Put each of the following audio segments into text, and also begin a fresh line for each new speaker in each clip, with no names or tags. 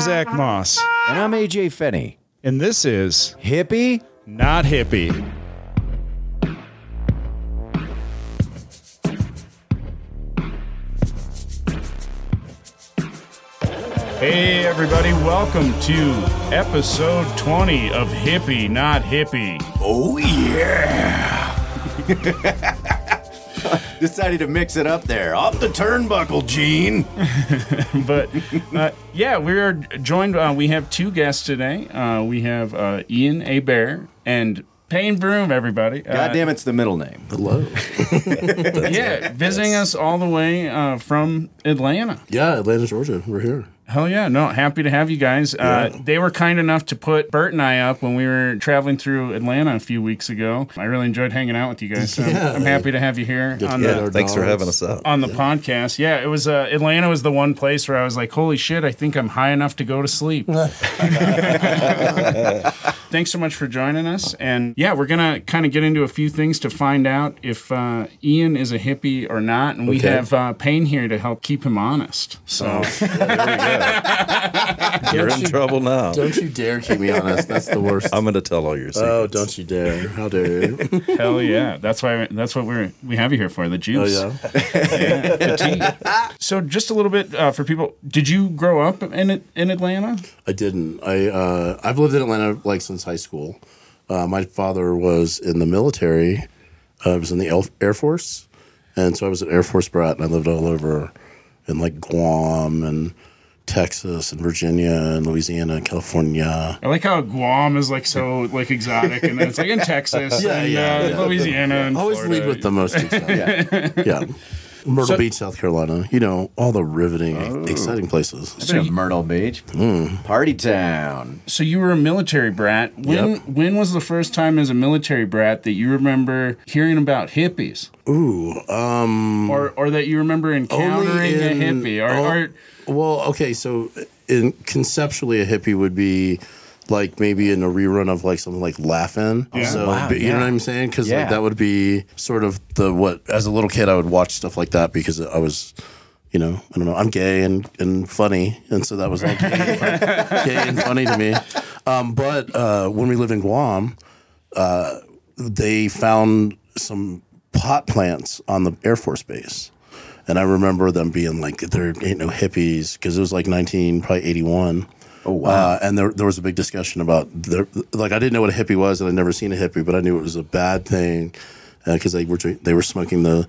Moss,
And I'm AJ Fenny.
and this is
Hippie?
Not Hippie. Hey, everybody, welcome to episode 20 of Hippie Not Hippie.
Oh, yeah. Decided to mix it up there. Off the turnbuckle, Gene.
but uh, yeah, we are joined. Uh, we have two guests today. Uh, we have uh, Ian A. Bear and Payne Broom, everybody.
God damn, it's the middle name.
Hello.
Yeah, visiting us all the way uh, from Atlanta.
Yeah, Atlanta, Georgia. We're here.
Hell yeah. No, happy to have you guys. Uh, They were kind enough to put Bert and I up when we were traveling through Atlanta a few weeks ago. I really enjoyed hanging out with you guys. So I'm-
Yeah.
I'm happy to have you here on
Yeah,
the,
our
Oh, Thanks for
dogs.
having us out.
on the podcast. Yeah, it was uh, Atlanta was the one place where I was like, "Holy shit, I think I'm high enough to go to sleep." Thanks so much for joining us, and yeah, we're gonna kind of get into a few things to find out if uh, Ian is a hippie or not, and we
Okay.
have uh, Payne here to help keep him honest. So
You're in trouble now.
Don't you dare keep me honest. That's the worst.
I'm going to tell all your secrets.
oh, don't you dare. How dare you?
hell yeah, that's why that's what we're we have you here for the
Oh,
juice.
yeah.
So just a little bit uh, for people, did you grow up in in Atlanta?
I didn't. I, uh, I've lived in Atlanta like since high school. Uh, my father was in the military, uh, I was in the Elf- Air Force. And so I was an Air Force brat and I lived all over in like Guam and Texas and Virginia and Louisiana and California.
I like how Guam is like so like exotic, and then it's like in Texas,
Yeah,
and,
yeah,
uh,
yeah.
Louisiana, and
I always
Florida.
lead with the most exciting. yeah. Myrtle
So- Oh.
Beach, South Carolina. You know, all the riveting, exciting places.
Speaking of Myrtle Beach, party town.
So you were a military brat. When
Yep.
when was the first time as a military brat that you remember hearing about hippies,
Ooh. Um,
or or that you remember encountering a
in-
hippie, or,
oh,
or
well, okay. So, in conceptually, a hippie would be like maybe in a rerun of like something like Laughing.
Yeah.
So,
Wow,
but you know
yeah.
what I'm saying? Because
Yeah.
like, that would be sort of the what as a little kid I would watch stuff like that because I was. You know, I don't know. I'm gay and, and funny, and so that was like gay and funny, gay and funny to me. Um, but uh, when we lived in Guam, uh, they found some pot plants on the Air Force Base. And I remember them being like, there ain't no hippies, because it was like 19, probably 81. Oh, wow. Uh, and there, there was a big discussion about, there, like, I didn't know what a hippie was, and I'd never seen a hippie, but I knew it was a bad thing because they were drink- they were smoking the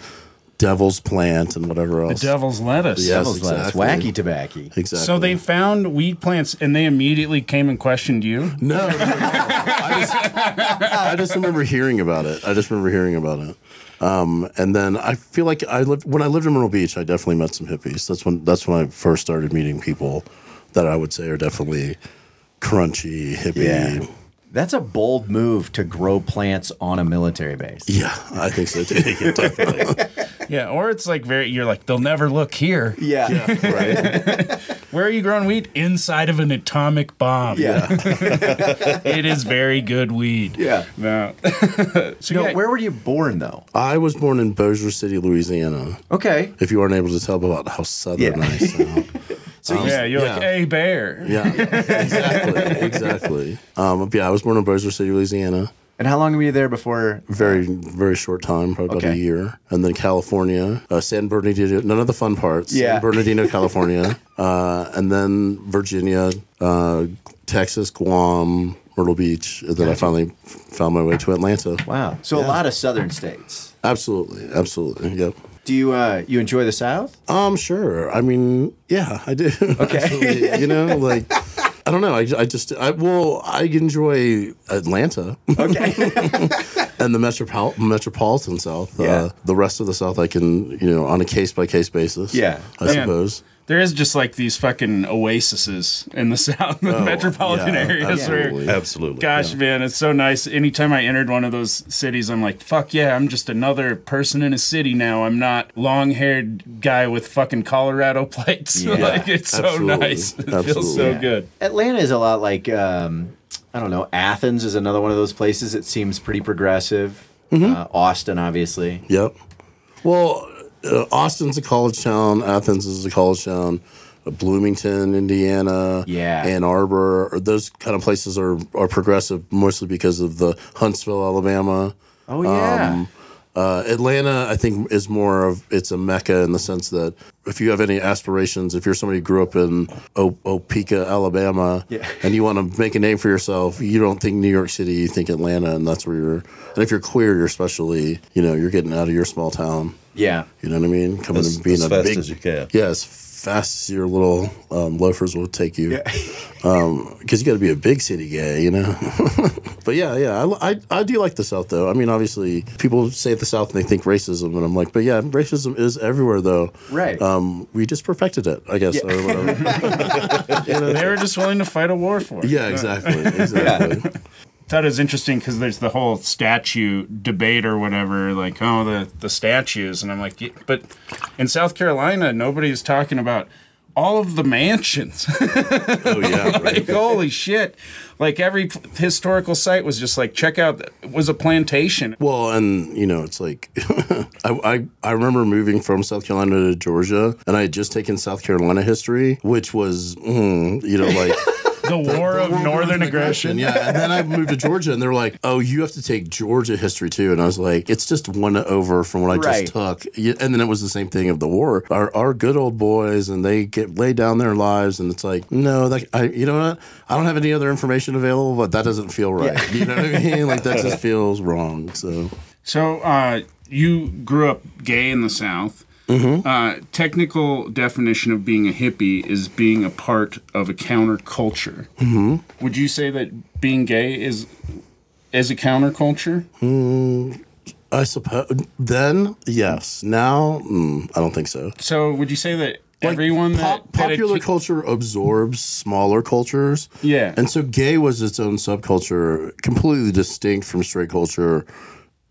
devil's plant and whatever else.
devil's lettuce.
Yeah. Yes,
Devil's lettuce.
exactly.
Wacky tobacco.
Exactly.
So they found weed plants and they immediately came and questioned you.
No, no, no, no. I, just, I just remember hearing about it. I just remember hearing about it. Um, and then I feel like I lived when I lived in Myrtle Beach. I definitely met some hippies. That's when that's when I first started meeting people that I would say are definitely crunchy hippie.
Yeah.
Yeah,
That's a bold move to grow plants on a military base.
I think so too. Yeah, definitely.
Yeah, or it's like very you're like they'll never look here.
Yeah.
right.
Where are you growing weed? Inside of an atomic bomb.
Yeah.
it is very good weed.
Yeah.
No. so
No,
yeah,
where were you born though?
I was born in Bossier City, Louisiana.
Okay.
If you aren't able to tell about how southern
Yeah.
I sound.
yeah, you're like,
yeah.
hey, bear.
Yeah, exactly, exactly. Um, yeah, I was born in Bossier City, Louisiana.
And how long were you there before?
very very short time, probably about
Okay.
a year, and then California, uh, San Bernardino. None of the fun parts.
Yeah.
San Bernardino, California, uh, and then Virginia, uh, Texas, Guam, Myrtle Beach, and then I finally f- found my way to Atlanta.
Wow. So a lot of southern states.
Absolutely, absolutely, yep.
Do you uh you enjoy the South?
Um, sure. I mean, yeah, I do. Okay. you know, like. I don't know. I, I just, I, well, I enjoy Atlanta.
Okay.
and the metropol- metropolitan South.
Yeah.
Uh, the rest of the South, I can you know on a case by case basis.
Yeah.
I
Man.
suppose.
There is just like these fucking oases in the south, the metropolitan
Oh, yeah,
areas
absolutely.
where.
Absolutely.
Gosh, man, it's so nice. Anytime I entered one of those cities, I'm like, fuck yeah, I'm just another person in a city now. I'm not long haired guy with fucking Colorado plates. like, it's so
absolutely.
nice. It feels so
Absolutely.
good.
Atlanta is a lot like um I don't know. Athens is another one of those places that seems pretty progressive.
Mm-hmm.
Uh, Austin, obviously.
Yep. Well, uh, Austin's a college town. Athens is a college town. Bloomington, Indiana,
Yeah.
Ann Arbor, or those kind of places are are progressive mostly because of the Huntsville, Alabama.
Oh yeah.
Um, uh, Atlanta, I think, is more of it's a mecca in the sense that if you have any aspirations, if you're somebody who grew up in o- Opeka, Alabama, and you want to make a name for yourself, you don't think New York City, you think Atlanta, and that's where you're. And if you're queer, you're especially, you know, you're getting out of your small town.
yeah.
You know what I mean? Coming
As-
and being
as
a
fast
big,
as you can.
Yeah, as fast as your little um, loafers will take you. because you got to be a big city guy, you know. but yeah, yeah, I, I, I do like the South though. I mean, obviously, people say the South and they think racism, and I'm like, but yeah, racism is everywhere though.
Right.
Um, we just perfected it, I guess. Or whatever. You know?
They were just willing to fight a war for it.
Yeah, exactly, exactly.
thought it was interesting because there's the whole statue debate or whatever, like, oh, the, the statues. And I'm like, yeah, but in South Carolina, nobody's talking about all of the mansions.
Oh yeah, right.
like, holy shit. Like, every p- historical site was just like, check out, it was a plantation.
Well, and you know, it's like I, I I remember moving from South Carolina to Georgia, and I had just taken South Carolina history, which was mm, you know like.
The War of Northern Aggression.
Yeah, and then I moved to Georgia, and they're like, "Oh, you have to take Georgia history too." And I was like, "It's just one over from what I
Right.
just took." Yeah, And then it was the same thing of the war. Our, our good old boys, and they get lay down their lives, and it's like, no, that I, you know what? I don't have any other information available, but that doesn't feel right. You know what I mean? Like that just feels wrong. So
So uh, you grew up gay in the South.
Mm-hmm.
Uh, technical definition of being a hippie is being a part of a counterculture. Mm-hmm. Would you say that being gay is is a counterculture?
I suppose then yes. Now mm, I don't think so.
So would you say that
Like,
everyone that,
pop-
that a
popular
ki-
culture absorbs smaller cultures.
Yeah.
And so gay was its own subculture, completely distinct from straight culture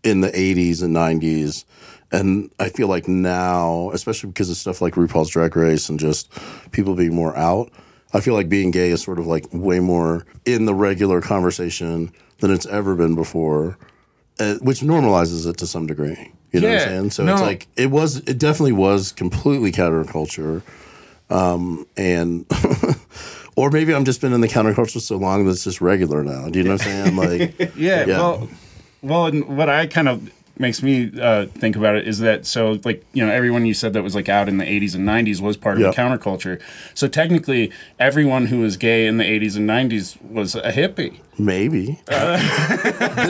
in the 80s and 90s. And I feel like now, especially because of stuff like RuPaul's Drag Race and just people being more out, I feel like being gay is sort of like way more in the regular conversation than it's ever been before, uh, which normalizes it to some degree. You know what
Yeah.
I'm saying? So it's
No.
like it was, it definitely was completely counterculture Um, and or maybe I'm just been in the counterculture so long that it's just regular now. Do you know what I'm saying? Like,
yeah,
Yeah.
Well, well, and what I kind of makes me uh, think about it is that so like you know everyone you said that was like out in the 80s and 90s was part
Yeah.
of the counterculture. So technically, everyone who was gay in the 80s and 90s was a hippie.
maybe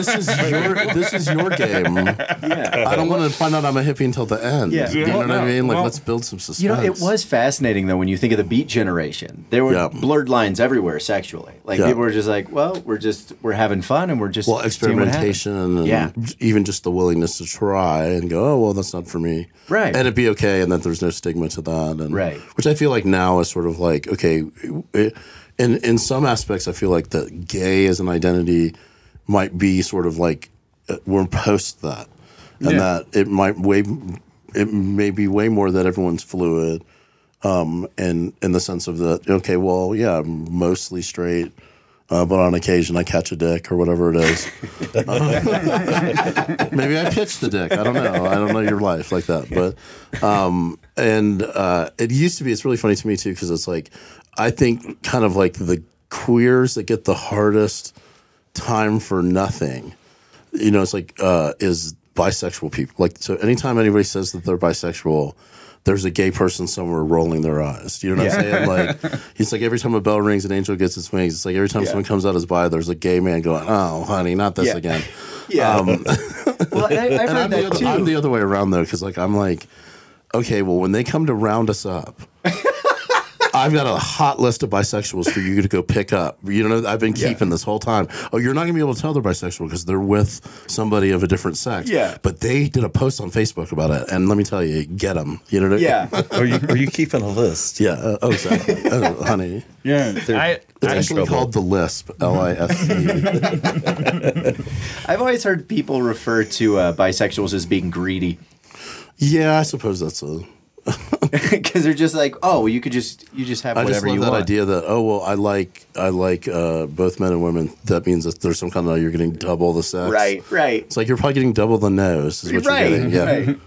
this is your this is your game. I don't want to find out I'm a hippie until the end.
Yeah.
Do you know
Well,
what I
no.
mean? Like,
Well,
let's build some suspense.
You know, it was fascinating though when you think of the Beat Generation. There were
Yeah.
blurred lines everywhere sexually. Like
Yeah.
people were just like, "Well, we're just we're having fun and we're just
well
seeing what happens."
experimentation and
Yeah.
even just the willingness to try and go. Oh well, that's not for me.
Right.
And it'd be okay, and that there's no stigma to that. And
Right.
Which I feel like now is sort of like okay, it, in in some aspects, I feel like that gay as an identity might be sort of like uh, we're post that, and
Yeah.
that it might way it may be way more that everyone's fluid. Um, and in the sense of that, okay, well, yeah, I'm mostly straight, uh, but on occasion I catch a dick or whatever it is. Maybe I pitched the dick. I don't know. I don't know your life like that. But um, and uh, it used to be. It's really funny to me too because it's like I think kind of like the queers that get the hardest time for nothing. You know, it's like uh, is bisexual people. Like so, anytime anybody says that they're bisexual. There's a gay person somewhere rolling their eyes. You know what I'm saying? Like, it's like every time a bell rings, an angel gets its wings. It's like every time someone comes out as bi, there's a gay man going, "Oh, honey, not this
Yeah.
again."
Yeah.
Um,
well, and I, I've heard
And I'm the,
that
other,
too.
I'm the other way around though, because like I'm like, okay, well, when they come to round us up, I've got a hot list of bisexuals for you to go pick up. You know, I've been keeping this whole time. Oh, you're not gonna be able to tell they're bisexual because they're with somebody of a different sex.
Yeah.
But they did a post on Facebook about it, and let me tell you, get them. You know what I mean?
yeah.
Are you are you keeping a list?
Yeah. uh, oh, exactly. oh, honey.
Yeah, I,
It's
I-
actually
trouble.
called the Lisp. L I S P.
I've always heard people refer to uh, bisexuals as being greedy
Yeah, I suppose that's a.
because they're just like, "Oh, you could just you just have
I
whatever
just love
you
that
want."
idea that oh well I like I like uh, both men and women. That means that there's some kind of you're getting double the sex.
Right. Right.
It's like you're probably getting double the nose. Is what
right.
you're getting. Yeah.
Right.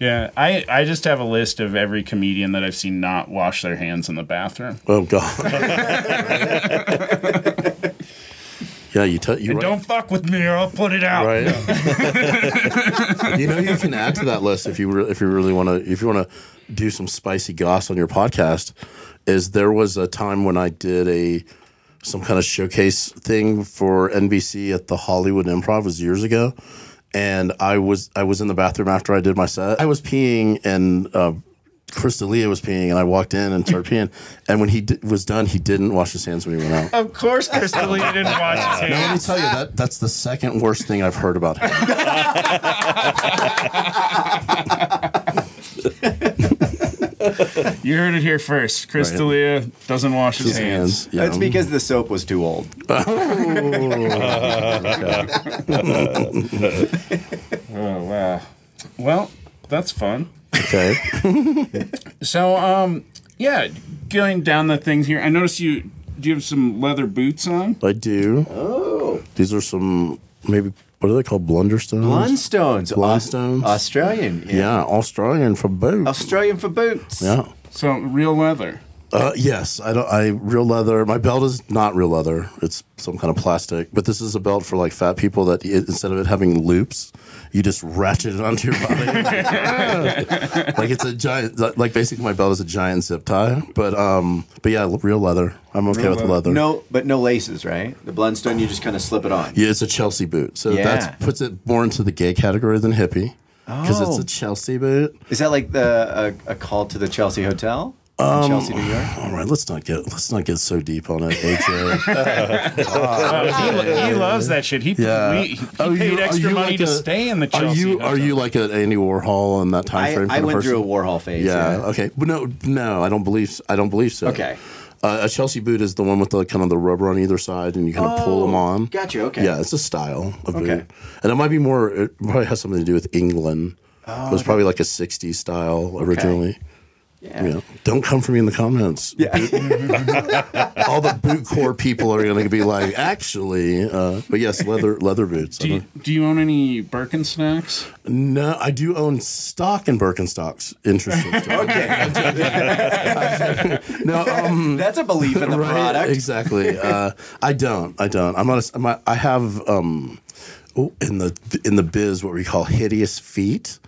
Yeah, I, I just have a list of every comedian that I've seen not wash their hands in the bathroom.
Oh God. yeah, you tell you
And
right,
don't fuck with me or I'll put it out.
right. you know you can add to that list if you re- if you really want to if you want to do some spicy goss on your podcast. Is there was a time when I did a some kind of showcase thing for NBC at the Hollywood Improv it was years ago, and I was I was in the bathroom after I did my set. I was peeing and. Uh, Chris D'Elia was peeing, and I walked in and started peeing. And when he d- was done, he didn't wash his hands when he went out.
Of course, Chris D'Elia didn't wash his
Now, let me
hands.
tell you that that's the second worst thing I've heard about him.
You heard it here first. Chris
Right.
D'Elia doesn't wash his,
His
hands.
hands, yeah.
It's because the soap was too old.
Oh wow. Well, that's fun.
okay.
So um, yeah, going down the things here, I noticed you do you have some leather boots on.
I do. Oh. These are some maybe what are they called? Blunderstones.
Blundstones.
Blundstones?
Aus- Australian. Yeah.
yeah, Australian for boots.
Australian for boots.
yeah.
So real leather.
Uh, yes, I don't. I real leather. My belt is not real leather. It's some kind of plastic. But this is a belt for like fat people that i instead of it having loops, you just ratchet it onto your body. like it's a giant. Like basically, my belt is a giant zip tie. But um, but yeah, real leather. I'm okay with leather.
No, but no laces, right? The blundstone, you just kind of slip it on.
Yeah, it's a Chelsea boot. So
Yeah.
that puts it more into the gay category than hippie. Because it's
Oh.
a Chelsea boot.
Is that like the a, a call to the Chelsea Hotel? in
Um,
Chelsea, New York.
All right, let's not get let's not get so deep on it. AJ.
he, he loves that shit. He,
Yeah.
we, he
Are
paid
you- are
extra
you
money
like
to
a-
stay in the Chelsea.
are you are
Hotel.
you like an Andy Warhol in that time
I,
frame?
I
kind of
went
person?
through a Warhol phase.
Yeah, Okay. But no, no, I don't believe. s- I don't believe so.
Okay.
Uh, a Chelsea boot is the one with the kind of the rubber on either side, and you kind of pull them
Oh,
on.
gotcha, okay.
Yeah, it's a style of
Okay.
boot, and it might be more. It probably has something to do with England.
Oh,
it was probably like a '60s style originally.
Yeah.
Yeah. Don't come for me in the comments. All the boot core people are going to be like, actually, uh, but yes, leather leather boots. I
Do you,
don't-
do you own any Birkenstocks?
no, I do own stock in Birkenstocks. Interesting. story.
Okay.
no, um,
That's a belief in the
right,
product.
Exactly. Uh, I don't. I don't. I'm not. A, s- I'm not- I have um, oh, in the in the biz what we call hideous feet.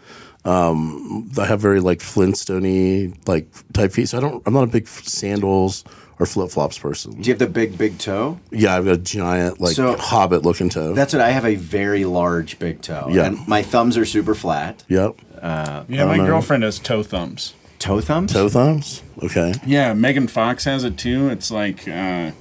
Um, I have very like Flintstony like type feet. So I don't. I'm not a big f- sandals or flip flops person.
Do you have the big, big toe?
Yeah, I've got a giant like
So-
hobbit looking toe.
That's what I have a very large big toe.
Yeah.
And my thumbs are super flat.
yep.
Yeah, my girlfriend has toe thumbs.
Toe thumbs?
Toe thumbs. Okay.
Yeah, Megan Fox has it too. It's like uh,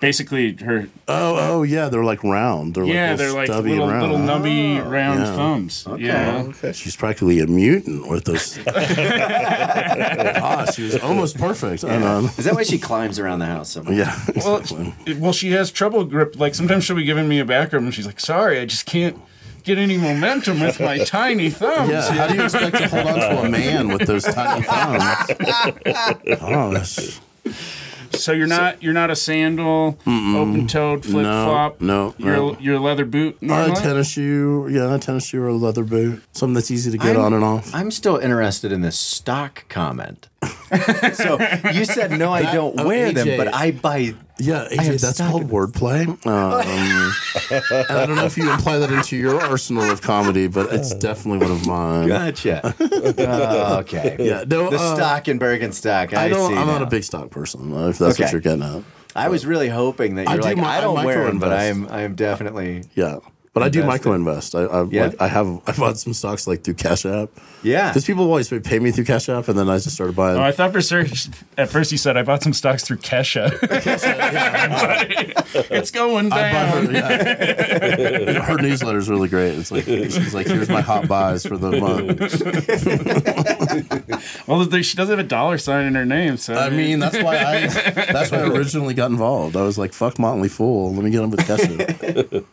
basically her.
Oh, oh yeah. They're like round. They're
yeah,
like,
they're like
stubby
little
and round. Oh.
little nubby round thumbs. Yeah.
She's practically a mutant with those. ah, she was almost perfect. I know.
Is that why she climbs around the house so much?
Yeah.
Well,
exactly.
well, she has trouble grip. Like sometimes she'll be giving me a back rub, and she's like, "Sorry, I just can't get any momentum with my tiny thumbs."
Yeah. How do you expect to hold on to a man with those tiny thumbs? Oh, that's-
So you're not you're not a sandal, open-toed, flip-flop.
no,
you're
no.
you're a leather boot.
or a
normally?
tennis shoe. Yeah, a tennis shoe or a leather boot. Something that's easy to get on and off.
I'm still interested in this stock comment. so you said, no, I don't
oh,
wear them,
AJ.
but I buy.
Yeah,
have
AJ, that's
stock
called wordplay. Um, and I don't know if you imply that into your arsenal of comedy, but it's definitely one of mine.
Gotcha. Oh, okay.
Yeah, no,
The
uh,
stock and Bergenstock. I,
I don't.
see.
I'm not
now.
a big stock person. uh, If that's
Okay.
what you're getting at.
I was really hoping that
I
you're
do
like,
mi-
I
I
don't wear them, but I'm,
microinvest.
I'm definitely.
Yeah. But I do
Invest
micro invest. I, I,
Yeah.
like, I have I bought some stocks like through Cash App.
Yeah.
Because people always would pay me through Cash App, and then I just started buying.
Oh, I thought for sure at first you said I bought some stocks through Kesha. it's going
I bought
down.
her, yeah. her newsletter is really great. It's like she's like, here's my hot buys for the month.
Well, there- she does have a dollar sign in her name, so
I mean, that's why I that's why I originally got involved. I was like, fuck Motley Fool. Let me get on with Cash App.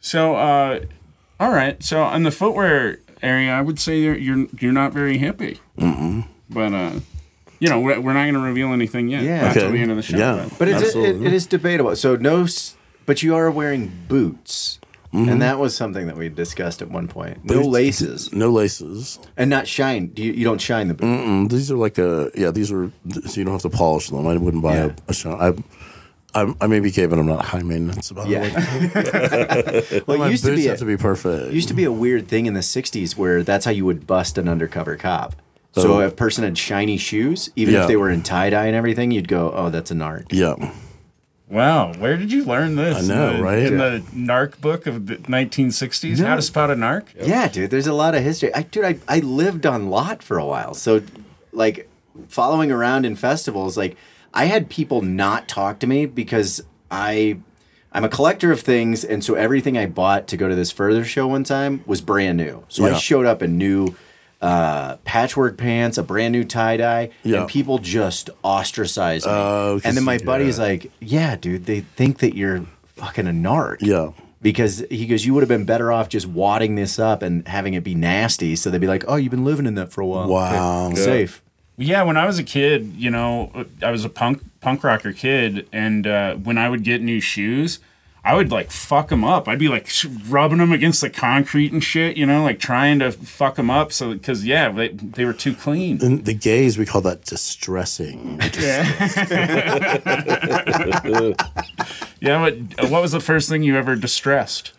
so uh, all right. So on the footwear area, I would say you're you're, you're not very hippie. Mm-mm. But uh, you know, we're, we're not going to reveal anything yet.
Yeah.
not till
Okay.
the end of the show.
Yeah.
But it's, it,
Absolutely.
it is debatable. So no, s- but you are wearing boots.
Mm-hmm.
and that was something that we discussed at one point. No laces
No laces.
and not shine. Do you, you don't shine the boot.
Mm, These are like a yeah. These are so you don't have to polish them. I wouldn't buy
Yeah.
a, a shot. I, I I may be gay, but I'm not high maintenance about
Yeah.
it. Like,
well,
my
it used to
boots
be a,
have to be perfect.
it used to be a weird thing in the '60s where that's how you would bust an undercover cop. So
Oh.
if a person had shiny shoes, even
Yeah.
if they were in tie dye and everything, you'd go, "Oh, that's a narc."
yeah.
Wow, where did you learn this?
I know,
in the,
right?
In the narc book of the 1960s,
Yeah.
How to Spot a Narc.
Yeah, dude. There's a lot of history. I, dude, I, I lived on lot for a while. So, like, following around in festivals, like, I had people not talk to me because I, I'm a collector of things, and so everything I bought to go to this further show one time was brand new. So I
Yeah.
showed up in new uh, patchwork pants, a brand new tie dye,
Yeah.
and people just ostracized me.
Oh, 'cause-
and then my
yeah.
buddy's like, "Yeah, dude, they think that you're fucking a narc."
Yeah.
because he goes, you would have been better off just wadding this up and having it be nasty. So they'd be like, oh, you've been living in that for a while.
Wow.
Okay, Safe.
Yeah, when I was a kid, you know, uh, I was a punk punk rocker kid, and uh, when I would get new shoes, I would like fuck them up. I'd be like sh- rubbing them against the concrete and shit, you know, like trying to fuck them up. So because yeah, they, they were too clean.
And the gays we call that distressing.
Yeah, but uh, what was the first thing you ever distressed?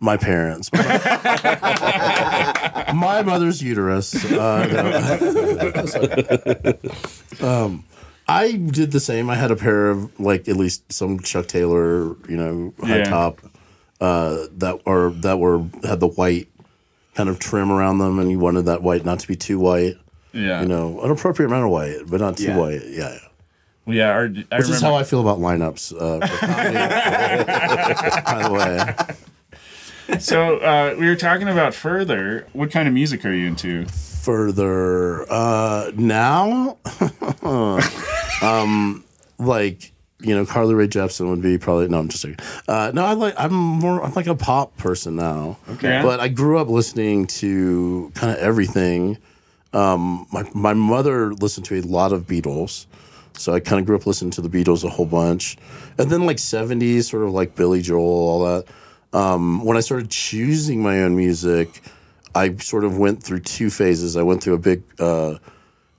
My parents. My mother's uterus. Uh, no. Sorry. um, I did the same. I had a pair of like at least some Chuck Taylor, you know, high
Yeah.
top uh, that are that were had the white kind of trim around them, and you wanted that white not to be too white.
Yeah,
You know, an appropriate amount of white, but not too
Yeah.
white. Yeah, yeah.
yeah. Or, I
Which is how
remember-
I feel about lineups. Uh, for comedy. by the way,
so uh, we were talking about further. What kind of music are you into?
further uh, now, um, like you know, Carly Rae Jepsen would be probably no. I'm just joking. Uh, no, I like I'm more. I'm like a pop person now.
Okay. Yeah.
but I grew up listening to kind of everything. Um, my my mother listened to a lot of Beatles. So I kind of grew up listening to the Beatles a whole bunch, and then like '70s, sort of like Billy Joel, all that. Um, when I started choosing my own music, I sort of went through two phases. I went through a big, uh,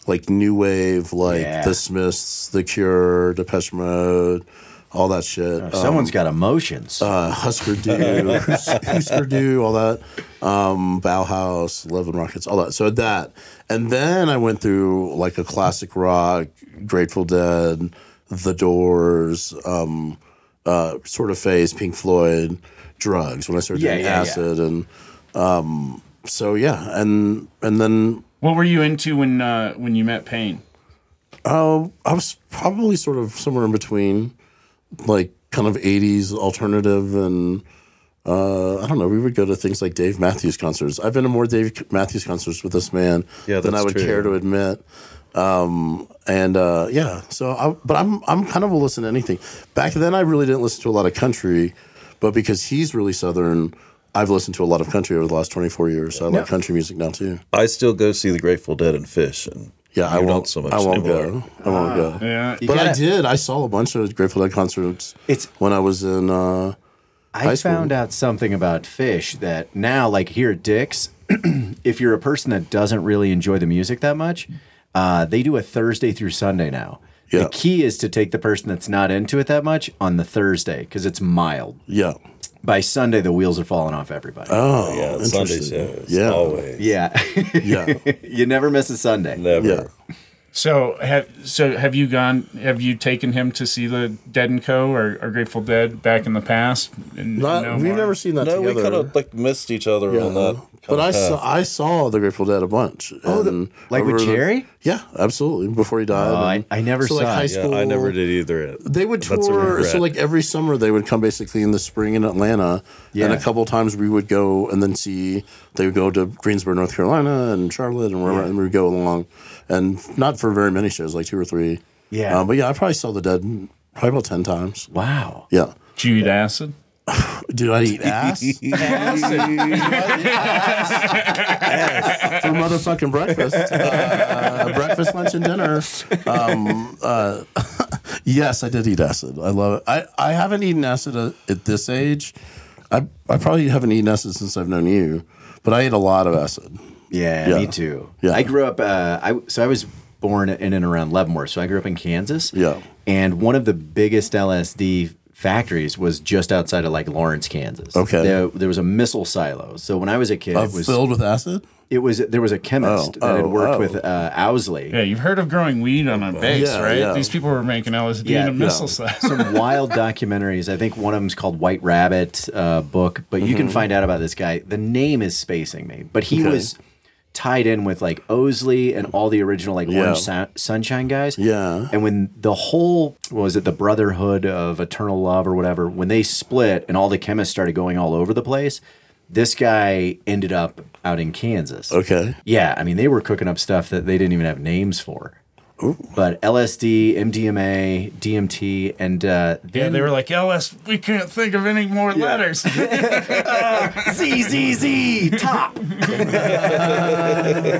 like new wave, like
Yeah.
The Smiths, The Cure, Depeche Mode, all that shit. Uh,
Someone's got emotions.
uh, Husker Du, Hus- Husker Du, all that, um, Bauhaus, Love and Rockets, all that. So that, and then I went through like a classic rock, Grateful Dead, The Doors, um, uh, sort of phase, Pink Floyd, drugs. When I started
Yeah,
doing
yeah, yeah.
acid, and um, so yeah, and and then
What were you into when uh, when you met Payne?
Oh, I was probably sort of somewhere in between, like kind of '80s alternative, and uh, I don't know. We would go to things like Dave Matthews concerts. I've been to more Dave Matthews concerts with this man
Yeah,
than I
that's
would
true.
care to admit. Um, and uh, yeah, so I, but I'm I'm kind of a listen to anything. Back then, I really didn't listen to a lot of country, but because he's really southern. I've listened to a lot of country over the last 24 years, so I like country music now too.
I still go see the Grateful Dead and Fish, and
Yeah, I
you
won't.
don't so much
I won't go.
anymore.
I won't go.
Yeah,
But I
gotta-
did. I saw a bunch of Grateful Dead concerts.
It's-
when I was in. Uh,
I
school.
found out something about fish that now, like here at Dick's, if you're a person that doesn't really enjoy the music that much, uh, they do a Thursday through Sunday now.
Yeah.
The key is to take the person that's not into it that much on the Thursday because it's mild.
yeah.
By Sunday, the wheels are falling off everybody.
Oh,
Yeah,
yeah.
it's Sundays, yeah,
Interesting.
it's
Yeah.
always,
yeah.
Yeah.
you never miss a Sunday.
never.
Yeah.
So have so have you gone? Have you taken him to see the Dead and Co. or, or Grateful Dead back in the past? And
Not,
no
we've
more?
never seen that
No,
together.
we kind of like missed each other on that.
Uh,
kinda
but I
path.
saw I saw the Grateful Dead a bunch. Oh,
the- like with Jerry? Oh,
yeah, absolutely. Before he died.
I-
and-
I never
so like
saw
high
it.
Yeah,
school.
I never did either.
They would
That's a
tour. So
regret.
like every summer they would come basically in the spring in Atlanta, and
Yeah.
a couple times we would go and then see. They would go to Greensboro, North Carolina, and Charlotte, and wherever, and we'd go along, and not for very many shows, like two or three.
Yeah.
Uh, but yeah, I probably saw the Dead probably about ten times.
Wow.
Yeah.
Did you eat acid?
Dude, I eat ass?
Oh,
ass for motherfucking breakfast, uh, breakfast, lunch, and dinner. Um, uh, yes, I did eat acid. I love it. I, I haven't eaten acid uh, at this age. I I probably haven't eaten acid since I've known you, but I ate a lot of acid.
Yeah, me
Yeah.
too.
Yeah.
I grew up. Uh, I so I was born in and around Leavenworth, so I grew up in Kansas.
Yeah.
and one of the biggest LSD factories was just outside of like Lawrence, Kansas.
Okay.
there, there was a missile silo. So when I was a kid,
Uh,
it was
filled with acid.
it was there was a chemist
Oh,
that had
oh,
worked
oh.
with uh, Owsley.
Yeah, you've heard of growing weed on a base,
Yeah,
right?
yeah.
These people were making LSD
Yeah,
in a
yeah.
missile silo.
Some wild documentaries. I think one of them's called White Rabbit uh, book, but you
Mm-hmm.
can find out about this guy. The name is spacing me, but he was tied in with like Osley and all the original like
Yeah.
Orange Sun- Sunshine guys.
Yeah.
And when the whole what was it the Brotherhood of Eternal Love or whatever when they split and all the chemists started going all over the place, this guy ended up out in Kansas.
Okay.
Yeah, I mean they were cooking up stuff that they didn't even have names for. But LSD, MDMA, DMT, and uh,
Yeah,
then
they were like, "LS, we can't think of any more letters."
Z Z Z top.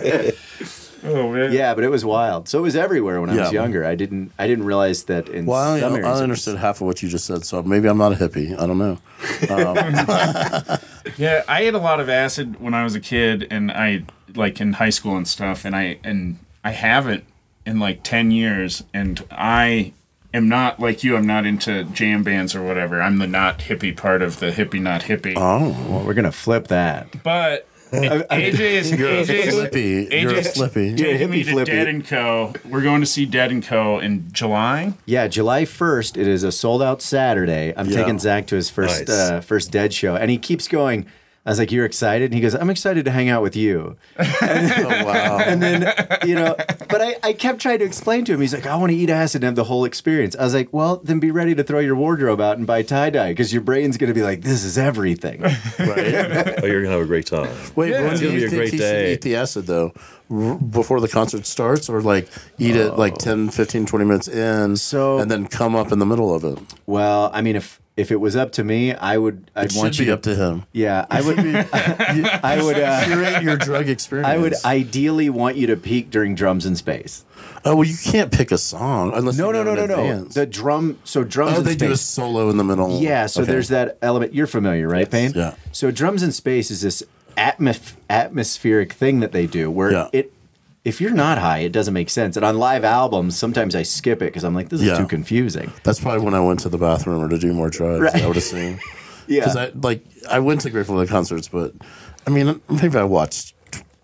oh man.
Yeah, but it was wild. So it was everywhere when I was
Yeah.
younger. I didn't I didn't realize that in
Well, I,
some
only, I
areas.
only
it was-
understood half of what you just said, so maybe I'm not a hippie. I don't know.
Yeah, I ate a lot of acid when I was a kid, and I like in high school and stuff, and I and I haven't in like ten years, and I am not like you. I'm not into jam bands or whatever. I'm the not hippie part of the hippie not hippie.
Uh-huh.
Well, we're gonna flip that.
But AJ is AJ is
Flippy, you're a
AJ
flippy.
Dude, hit me
hippie
to
flippy.
Dead and Co. We're going to see Dead and Co. in July.
Yeah, July first. It is a sold out Saturday. I'm
Yeah.
taking Zach to his first
Nice.
uh, first Dead show, and he keeps going. I was like, "You're excited," and he goes, "I'm excited to hang out with you."
Oh, wow.
And then, you know, but I, I kept trying to explain to him. He's like, "I want to eat acid and have the whole experience." I was like, "Well, then be ready to throw your wardrobe out and buy tie dye because your brain's gonna be like, this is everything."
right.
Oh, you're gonna have a great time.
Wait, when
It's
do
gonna be
you
a
think
great
he should
day.
eat the acid though? R- before the concert starts, or like eat it like
Oh.
10, 15, 20 minutes in,
So-
and then come up in the middle of it.
well, I mean, if if it was up to me, I would. I'd
It
want
should
you
be
to.
up to him.
yeah, I would. I would. Uh,
Curate your drug experience.
I would ideally want you to peak during drums in space.
oh well, you can't pick a song unless
No,
you
no, no,
know
no,
in
no.
advance.
The drum. So drums.
Oh,
in
they do a
space.
solo in the middle.
Yeah. So
Okay.
there's that element. You're familiar, right, Payne?
Yeah.
So drums in space is this atmos- atmospheric thing that they do where
Yeah.
it. If you're not high, it doesn't make sense. And on live albums, sometimes I skip it because I'm like, this is
Yeah.
too confusing.
That's probably when I went to the bathroom or to do more drugs.
Right.
I would assume.
Yeah.
Because I like I went to Grateful Dead concerts, but I mean maybe I watched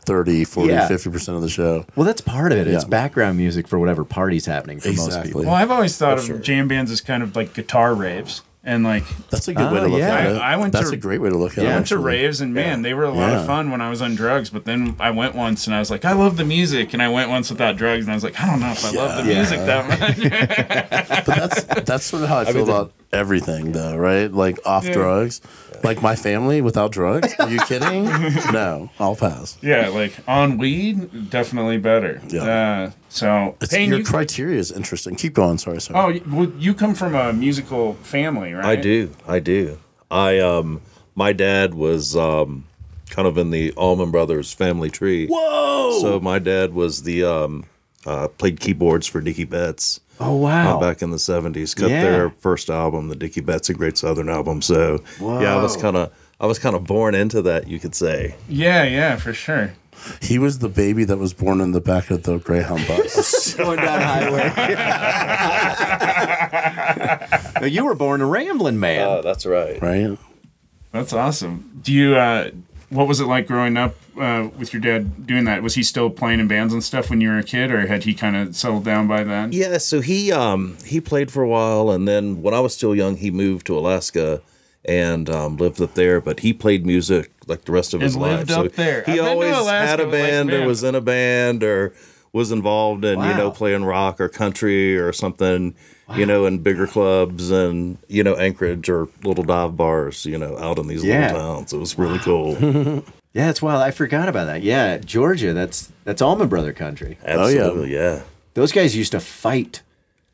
30, 40,
Yeah.
50 percent of the show.
Well, that's part of it. It's
Yeah.
background music for whatever party's happening for most
Exactly.
people.
Well, I've always thought of jam bands as kind of like guitar raves, and like
That's a good way
Oh,
to look
yeah.
at it.
I- I went
That's
to-
a great way to look at
I
it.
went to
actually.
raves and man, they were a lot of
Yeah.
fun when I was on drugs. But then I went once and I was like, I love the music. And I went once without drugs and I was like, I don't know if I love the
Yeah.
music that much.
But that's that's sort of how I feel about everything, though, right? Like off drugs, like my family without drugs. Are you kidding? no, I'll pass.
yeah, like on weed, definitely better.
Yeah.
Uh, so
It's,
Payne,
your
you,
criteria is interesting. Keep going. Sorry, sorry.
oh, you- well, you come from a musical family, right?
I do. I do. I um my dad was um kind of in the Allman Brothers family tree.
Whoa!
So my dad was the um uh played keyboards for Dickie Betts.
oh,
uh,
wow.
back in the 70s cut
Yeah.
their first album the dickie betts and great southern album so yeah i was
Whoa.
kind of i was kind of born into that you could say
Yeah, yeah, for sure.
He was the baby that was born in the back of the Greyhound bus.
going down highway. Now, you were born a rambling man.
Oh, that's right
Oh,
right?
That's awesome. Do you? Uh, what was it like growing up uh, with your dad doing that? Was he still playing in bands and stuff when you were a kid, or had he kind of settled down by then?
yeah so he um he played for a while and then when i was still young he moved to alaska and um, lived up there but he played music like the rest of his
lived
life
up there. I've
he
been to
always
Alaska,
had a
but, like,
band or
man.
was in a band or was involved in you
Wow.
know playing rock or country or something you know in bigger clubs and you know anchorage or little dive bars you know out in these
Yeah.
little towns it was really cool
Yeah, that's wild. I forgot about that. Yeah, Georgia. That's that's Almond Brother country.
absolutely yeah
Those guys used to fight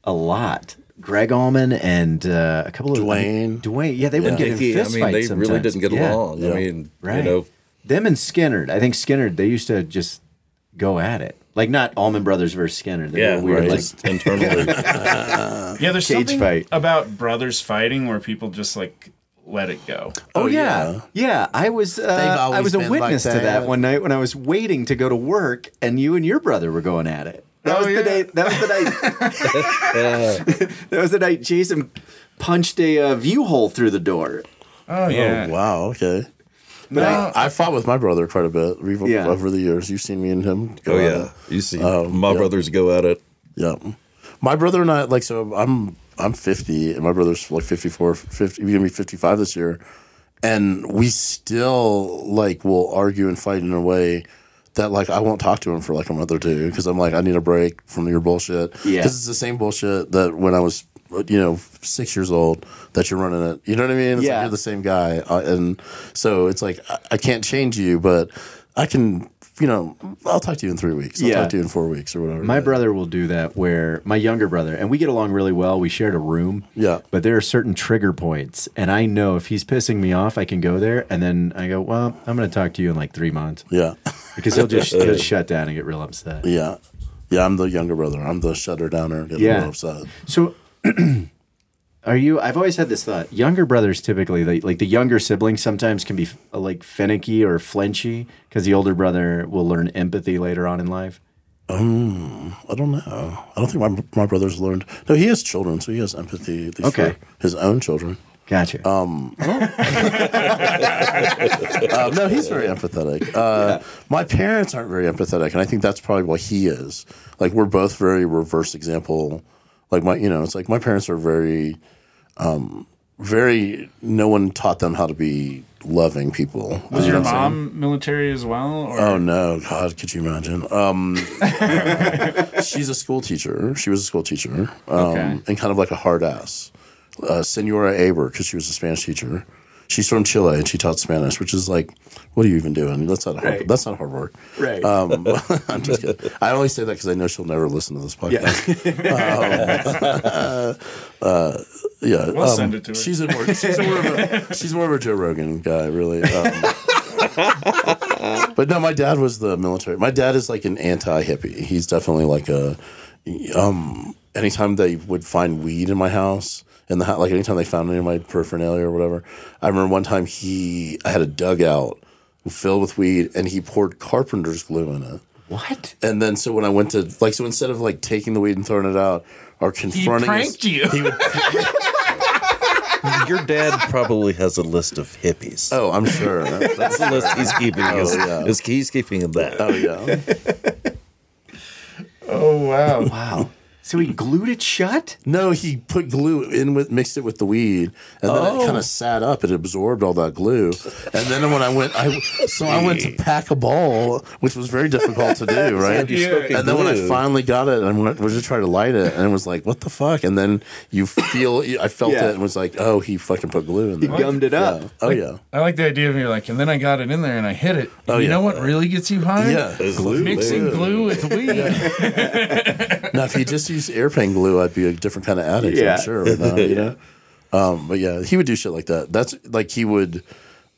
a lot. Greg Allman and uh, a couple of
Dwayne.
Dwayne. Yeah, they would get in
Dickie, i
fist
mean they
fights
really
sometimes.
didn't get
Yeah,
along
yeah.
i mean you
Right.
know
Them and Skinnerd. I think Skinnerd. They used to just go at it. Like not Allman Brothers versus Skinnerd. They
yeah,
were weird.
right.
Like,
just internally.
Yeah, there's
Cage
something
fight.
about brothers fighting where people just like let it go.
Oh, yeah. yeah, I was uh, I
always
was a
been
witness
like
to that
that.
one night when I was waiting to go to work, and you and your brother were going at it. That
Oh,
was
yeah.
the day. That was the night. that was the night Jason punched a uh, view hole through the door.
Oh yeah.
Oh wow. Okay.
No,
I- I fought with my brother quite a bit we've-
Yeah.
over the years. You've seen me and him. go
Oh
at
yeah,
it.
you see, my brothers go at it.
Yeah. My brother and I, like, so I'm I'm 50, and my brother's like 54, 50, he's gonna be 55 this year, and we still like will argue and fight in a way that like I won't talk to him for like a month or two because I'm like I need a break from your bullshit.
Yeah.
'Cause it's the same bullshit that when I was you know six years old that you're running it. You know what I mean? It's
Yeah.
Like you're the same guy, uh, and so it's like I, I can't change you, but I can. You know, I'll talk to you in three weeks. I'll
Yeah.
talk to you in four weeks or whatever.
My brother will do that where my younger brother and we get along really well. We shared a room.
Yeah.
But there are certain trigger points and I know if he's pissing me off, I can go there and then I go, "Well, I'm going to talk to you in like 3 months."
Yeah.
Because he'll just he'll shut down and get real upset.
Yeah. Yeah, I'm the younger brother. I'm the shutter downer. Getting
Yeah.
real upset.
So are you I've always had this thought. Younger brothers typically they, like the younger siblings sometimes can be uh, like finicky or flinchy cuz the older brother will learn empathy later on in life.
I don't know. I don't think my my brother's learned. No, he has children, so he has empathy. At least
Okay.
for his own children.
Gotcha.
Um, no, he's very empathetic. Uh, My parents aren't very empathetic, and I think that's probably why he is. Like we're both very reverse example. Like my, you know, it's like my parents are very, um, very. No one taught them how to be loving people.
Was
You
your
know what I'm saying?
mom military as well? Or?
Oh no, God, could you imagine? Um, she's a school teacher. She was a school teacher, um,
Okay.
and kind of like a hard ass, uh, Senora Aber, because she was a Spanish teacher. She's from Chile and she taught Spanish, which is like, what are you even doing? That's not hard,
Right.
that's not hard work.
right.
Um, I'm just kidding. I only say that because I know she'll never listen to this podcast. Yeah. uh, yeah um,
We'll send it to her.
She's a more she's a more of a she's more of a Joe Rogan guy, really. Um, but no, my dad was the military. My dad is like an anti hippie. He's definitely like a um. Anytime they would find weed in my house, in the hou- like anytime they found any of my paraphernalia or whatever, I remember one time he I had a dugout filled with weed and he poured carpenter's glue in it.
what?
And then so when I went to like so instead of like taking the weed and throwing it out or confronting us-
pranked you.
he would
Your dad probably has a list of hippies.
oh I'm sure
That's the list he's keeping. is,
yeah.
is- he's keeping that.
oh yeah
Oh wow.
Wow. So he glued it shut?
no he put glue in with mixed it with the weed and then it kind of sat up it absorbed all that glue and then when I went I so I went to pack a ball which was very difficult to do right
You spoke in
and then when I
glue.
finally got it, I went, was just trying to light it, and it was like, "What the fuck?" And then you feel, I felt
Yeah.
it, and was like, "Oh, he fucking put glue in there."
Gummed it up.
Oh yeah,
I like the idea of you're like, and then I got it in there and I hit it. And
Oh,
you
yeah.
know what really gets you high?
yeah.
glue.
Mixing glue with weed.
Now, if you just use airplane glue, I'd be a different kind of addict,
Yeah.
I'm sure. Right now, you know? Um, but yeah, he would do shit like that. That's like he would.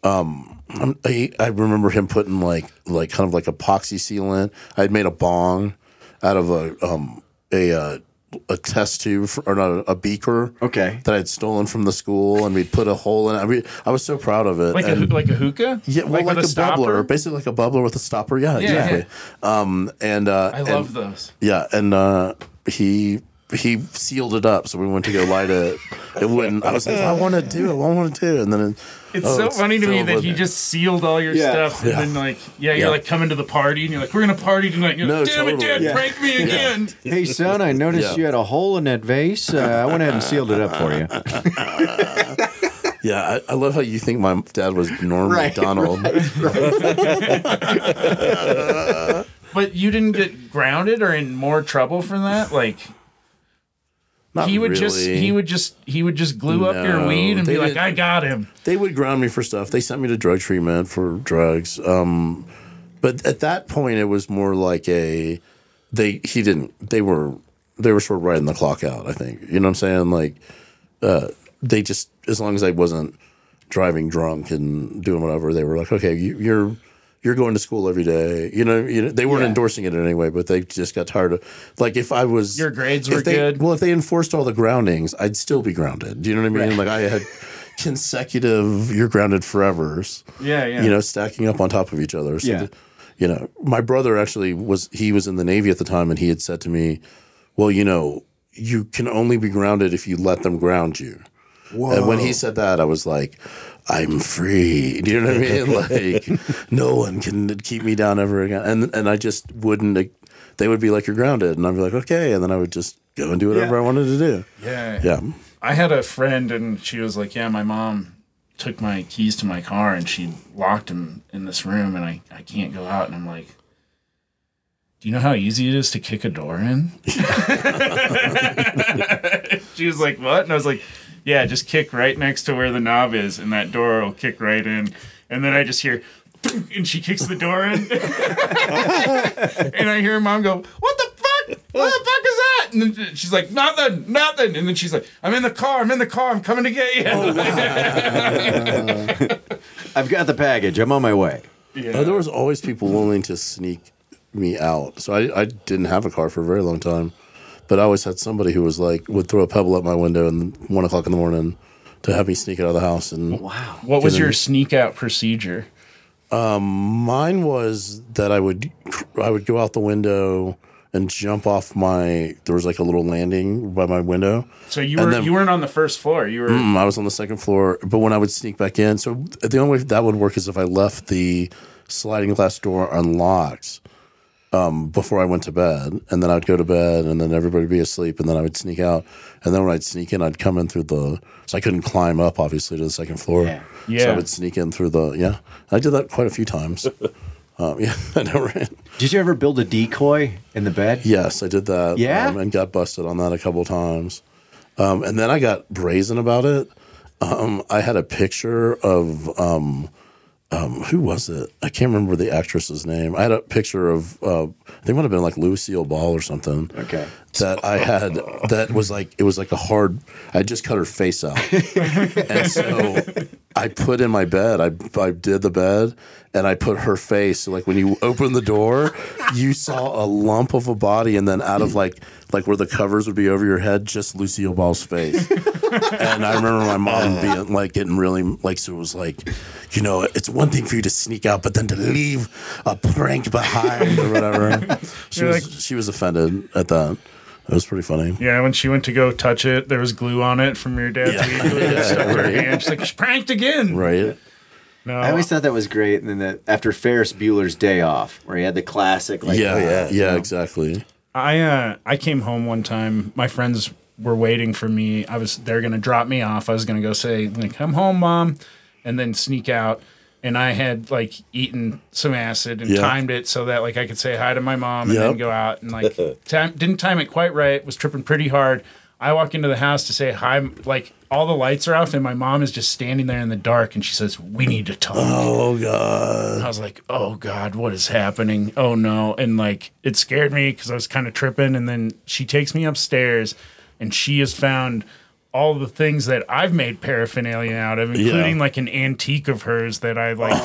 Um, I'm- I, I remember him putting like like kind of like epoxy sealant. I'd made a bong out of a um, a uh, a test tube for, or not a beaker.
Okay.
that I'd stolen from the school, and we'd put a hole in it. I mean, I was so proud of it.
Like a
and-
like a hookah?
yeah, well, like,
with
a,
stopper?
bubbler, basically like a bubbler with a stopper. Yeah,
Yeah,
exactly. Um, and uh,
I
and-
love those.
yeah, and uh, he he sealed it up, so we went to go light it. It wouldn't. I was like, I want to do it. I want to do it. And then it-
It's
oh,
so funny to me
filled
that
with
you
it.
just sealed all your
Yeah.
stuff and
Yeah.
then like yeah, you're
Yeah.
like coming to the party and you're like, We're gonna party tonight. And you're
No,
like, Damn it,
totally.
Dad,
Yeah.
prank me again.
Hey, son, I noticed
Yeah.
you had a hole in that vase. Uh, I went ahead and sealed it up for you.
yeah. I, I love how you think my dad was Norm
Right,
Macdonald.
But you didn't get grounded or in more trouble for that? Like
Not
he would
really.
just he would just he would just glue up your
No,
weed and
they
be like,
didn't-
I got him.
They would ground me for stuff. They sent me to drug treatment for drugs. Um, but at that point, it was more like a they he didn't they were they were sort of riding the clock out. I think you know what I'm saying. Like uh, they just as long as I wasn't driving drunk and doing whatever, they were like, okay, you, you're you're going to school every day. You know, you know they weren't
Yeah.
endorsing it in any way, but they just got tired of like if I was
Your grades
if
were
they-
good.
Well, if they enforced all the groundings, I'd still be grounded. Do you know what I mean? Like I had. consecutive you're grounded forevers
Yeah, yeah.
you know stacking up on top of each other so
Yeah.
th- you know my brother actually was he was in the navy at the time and he had said to me well you know you can only be grounded if you let them ground you and when he said that i was like i'm free do you know what i mean like no one can keep me down ever again and and i just wouldn't they would be like you're grounded and i'd be like okay and then i would just go and do whatever
Yeah.
i wanted to do
yeah.
yeah
I had a friend, and she was like, "Yeah, my mom took my keys to my car, and she locked them in this room, and I I can't go out." And I'm like, "Do you know how easy it is to kick a door in?" she was like, "What?" And I was like, "Yeah, just kick right next to where the knob is, and that door will kick right in." And then I just hear. "Thunk," And she kicks the door in, and I hear mom go, "What the fuck? What the fuck is that?" And then she's like, "Nothing, nothing." And then she's like, "I'm in the car. I'm in the car. I'm coming to get you."
Oh.
I've got the package. I'm on my way.
Uh, there was always people willing to sneak me out. So I, I didn't have a car for a very long time, but I always had somebody who was like would throw a pebble at my window in one o'clock in the morning to have me sneak out of the house. And
What was your sneak out procedure?
mine was that I would I would go out the window and jump off my there was like a little landing by my window.
So you
And
were
then-
you weren't on the first floor. You were
Mm, I was on the second floor, but when I would sneak back in, so the only way that would work is if I left the sliding glass door unlocked um, before I went to bed, and then I'd go to bed, and then everybody would be asleep, and then I would sneak out, and then when I'd sneak in, I'd come in through the so I couldn't climb up obviously to the second floor,
Yeah.
so
Yeah.
I would sneak in through the yeah. I did that quite a few times. um, yeah, I never ran.
Did you ever build a decoy in the bed?
Yes, I did that.
Yeah?
um, and got busted on that a couple times. Um, and then I got brazen about it. Um, I had a picture of um, um, who was it? I can't remember the actress's name. I had a picture of uh, they might have been like Lucille Ball or something.
Okay.
That I had that was like it was like a hard. I had just cut her face out, and so I put in my bed. I I did the bed, and I put her face. So like when you open the door, you saw a lump of a body, and then out of like like where the covers would be over your head, just Lucille Ball's face. and I remember my mom being like getting really like so it was like, you know, it's one thing for you to sneak out, but then to leave a prank behind or whatever. She
You're
was
like-
she was offended at that. It was pretty funny.
yeah. When she went to go touch it, there was glue on it from your dad's
Yeah.
weed glue that stuck in her hand. She's like, "She's pranked again."
Right?
No,
I always thought that was great. And then that after Ferris Bueller's Day Off, where he had the classic, like,
yeah, yeah,
you know.
exactly.
I uh, I came home one time. My friends were waiting for me. I was they're gonna drop me off. I was gonna go say like I'm home, mom, and then sneak out. And I had like eaten some acid and
Yeah.
timed it so that like I could say hi to my mom and then
Yep.
go out and like time, didn't time it quite right. Was tripping pretty hard. I walk into the house to say hi. Like all the lights are off and my mom is just standing there in the dark and she says, "We need to talk."
Oh god.
I was like, "Oh God, what is happening? Oh no!" And like, it scared me because I was kind of tripping. And then she takes me upstairs, and she has found all the things that I've made paraphernalia out of, including like an antique of hers that I like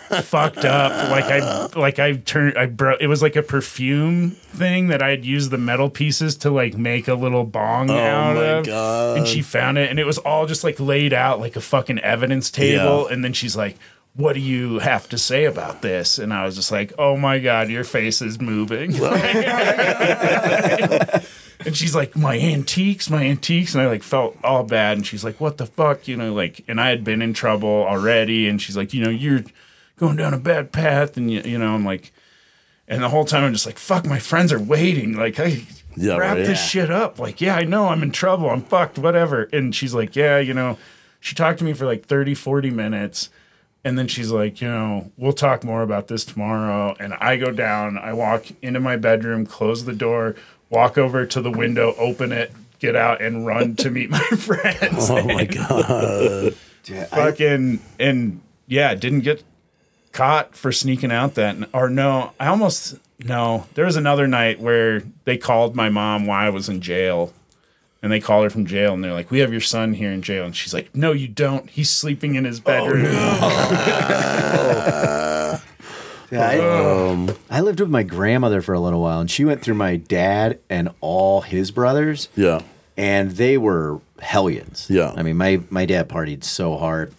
fucking fucked up. Like I like I turned I bro. It was like a perfume thing that I'd used the metal pieces to like make a little bong out
Oh, my
of.
God.
And she found it, and it was all just like laid out like a fucking evidence table. And then she's like, "What do you have to say about this?" And I was just like, "Oh my god, your face is moving." and she's like, "My antiques, my antiques," and I like felt all bad. And she's like, "What the fuck?" You know, like, and I had been in trouble already. And she's like, "You know, you're going down a bad path," and you, you know, I'm like. And the whole time I'm just like, fuck, my friends are waiting. Like, I
Yeah,
wrap
right.
this shit up. Like, yeah, I know I'm in trouble. I'm fucked, whatever. And she's like, yeah, you know, she talked to me for like 30, 40 minutes. And then she's like, you know, we'll talk more about this tomorrow. And I go down, I walk into my bedroom, close the door, walk over to the window, open it, get out, and run to meet my friends.
Oh my god.
Yeah, I-
Fucking, and yeah, didn't get caught for sneaking out that or no i almost no there was another night where they called my mom while i was in jail and they called her from jail and they're like we have your son here in jail and she's like no you don't he's sleeping in his bedroom
yeah, I,
Um,
I lived with my grandmother for a little while, and she went through my dad and all his brothers,
Yeah.
and they were hellions.
Yeah.
I mean, my my dad partied so hard,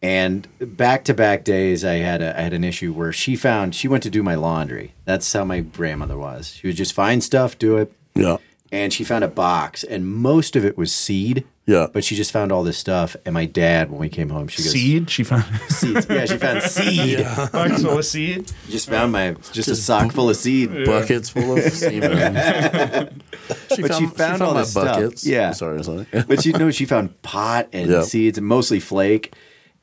and back to back days, I had a I had an issue where she found she went to do my laundry. That's how my grandmother was. She would just find stuff, do it,
Yeah.
and she found a box, and most of it was seed.
Yeah.
but she just found all this stuff. And my dad, when we came home, she goes
Seed? She found
seeds. Yeah, she found seed.
box full of seed.
Just found my just a sock full of seed.
Buckets full of semen. she
But she found all
my
this stuff.
buckets.
Yeah.
I'm sorry. sorry.
but she no, she found pot and
Yeah.
seeds, mostly flake.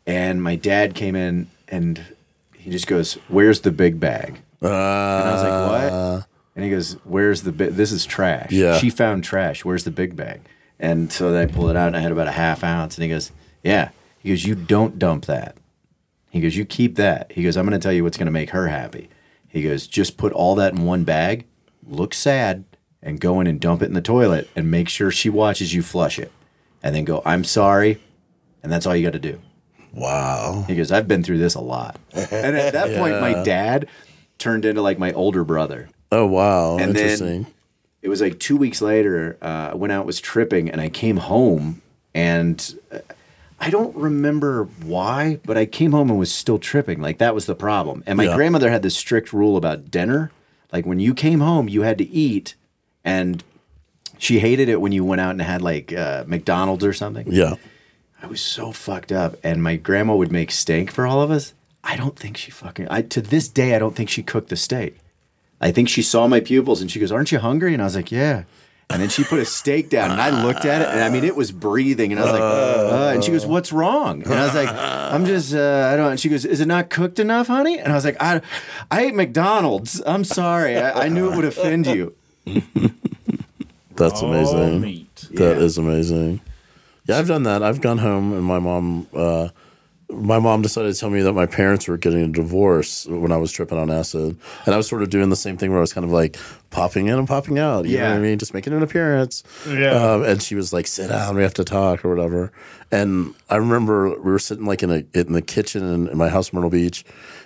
And my dad came in and he just goes, "Where's the big bag?" And
Uh,
I was like, "What?" And he goes, "Where's the big? This is trash."
Yeah.
She found trash. Where's the big bag? And so then I pulled it out and I had about a half ounce. And he goes, "Yeah." He goes, "You don't dump that." He goes, "You keep that." He goes, "I'm going to tell you what's going to make her happy." He goes, "Just put all that in one bag, look sad, and go in and dump it in the toilet, and make sure she watches you flush it, and then go, "I'm sorry," and that's all you got to do.
wow.
He goes, "I've been through this a lot," and at that point, my dad turned into like my older brother.
Oh, wow.
And then-
Interesting.
It was like two weeks later. Uh, I went out was tripping, and I came home, and uh, I don't remember why, but I came home and was still tripping. Like that was the problem. And my
Yeah.
grandmother had this strict rule about dinner. Like when you came home, you had to eat, and she hated it when you went out and had like uh, McDonald's or something.
yeah.
I was so fucked up, and my grandma would make steak for all of us. I don't think she fucking. I to this day, I don't think she cooked the steak. I think she saw my pupils, and she goes, "Aren't you hungry?" And I was like, "Yeah." And then she put a steak down, and I looked at it, and I mean, it was breathing, and I was like, uh, and she goes, "What's wrong?" And I was like, "I'm just, uh, I don't." And she goes, "Is it not cooked enough, honey?" And I was like, "I, I ate McDonald's. I'm sorry. I, I knew it would offend you."
That's
All
amazing.
meat.
That
Yeah.
is amazing. Yeah, I've done that. I've gone home and my mom uh my mom decided to tell me that my parents were getting a divorce when I was tripping on acid. And I was sort of doing the same thing where I was kind of like popping in and popping out. You know what
Yeah.
I mean? Just making an appearance.
Yeah.
Um, and she was like, sit down, we have to talk or whatever. And I remember we were sitting like in a in the kitchen in, in my house in Myrtle Beach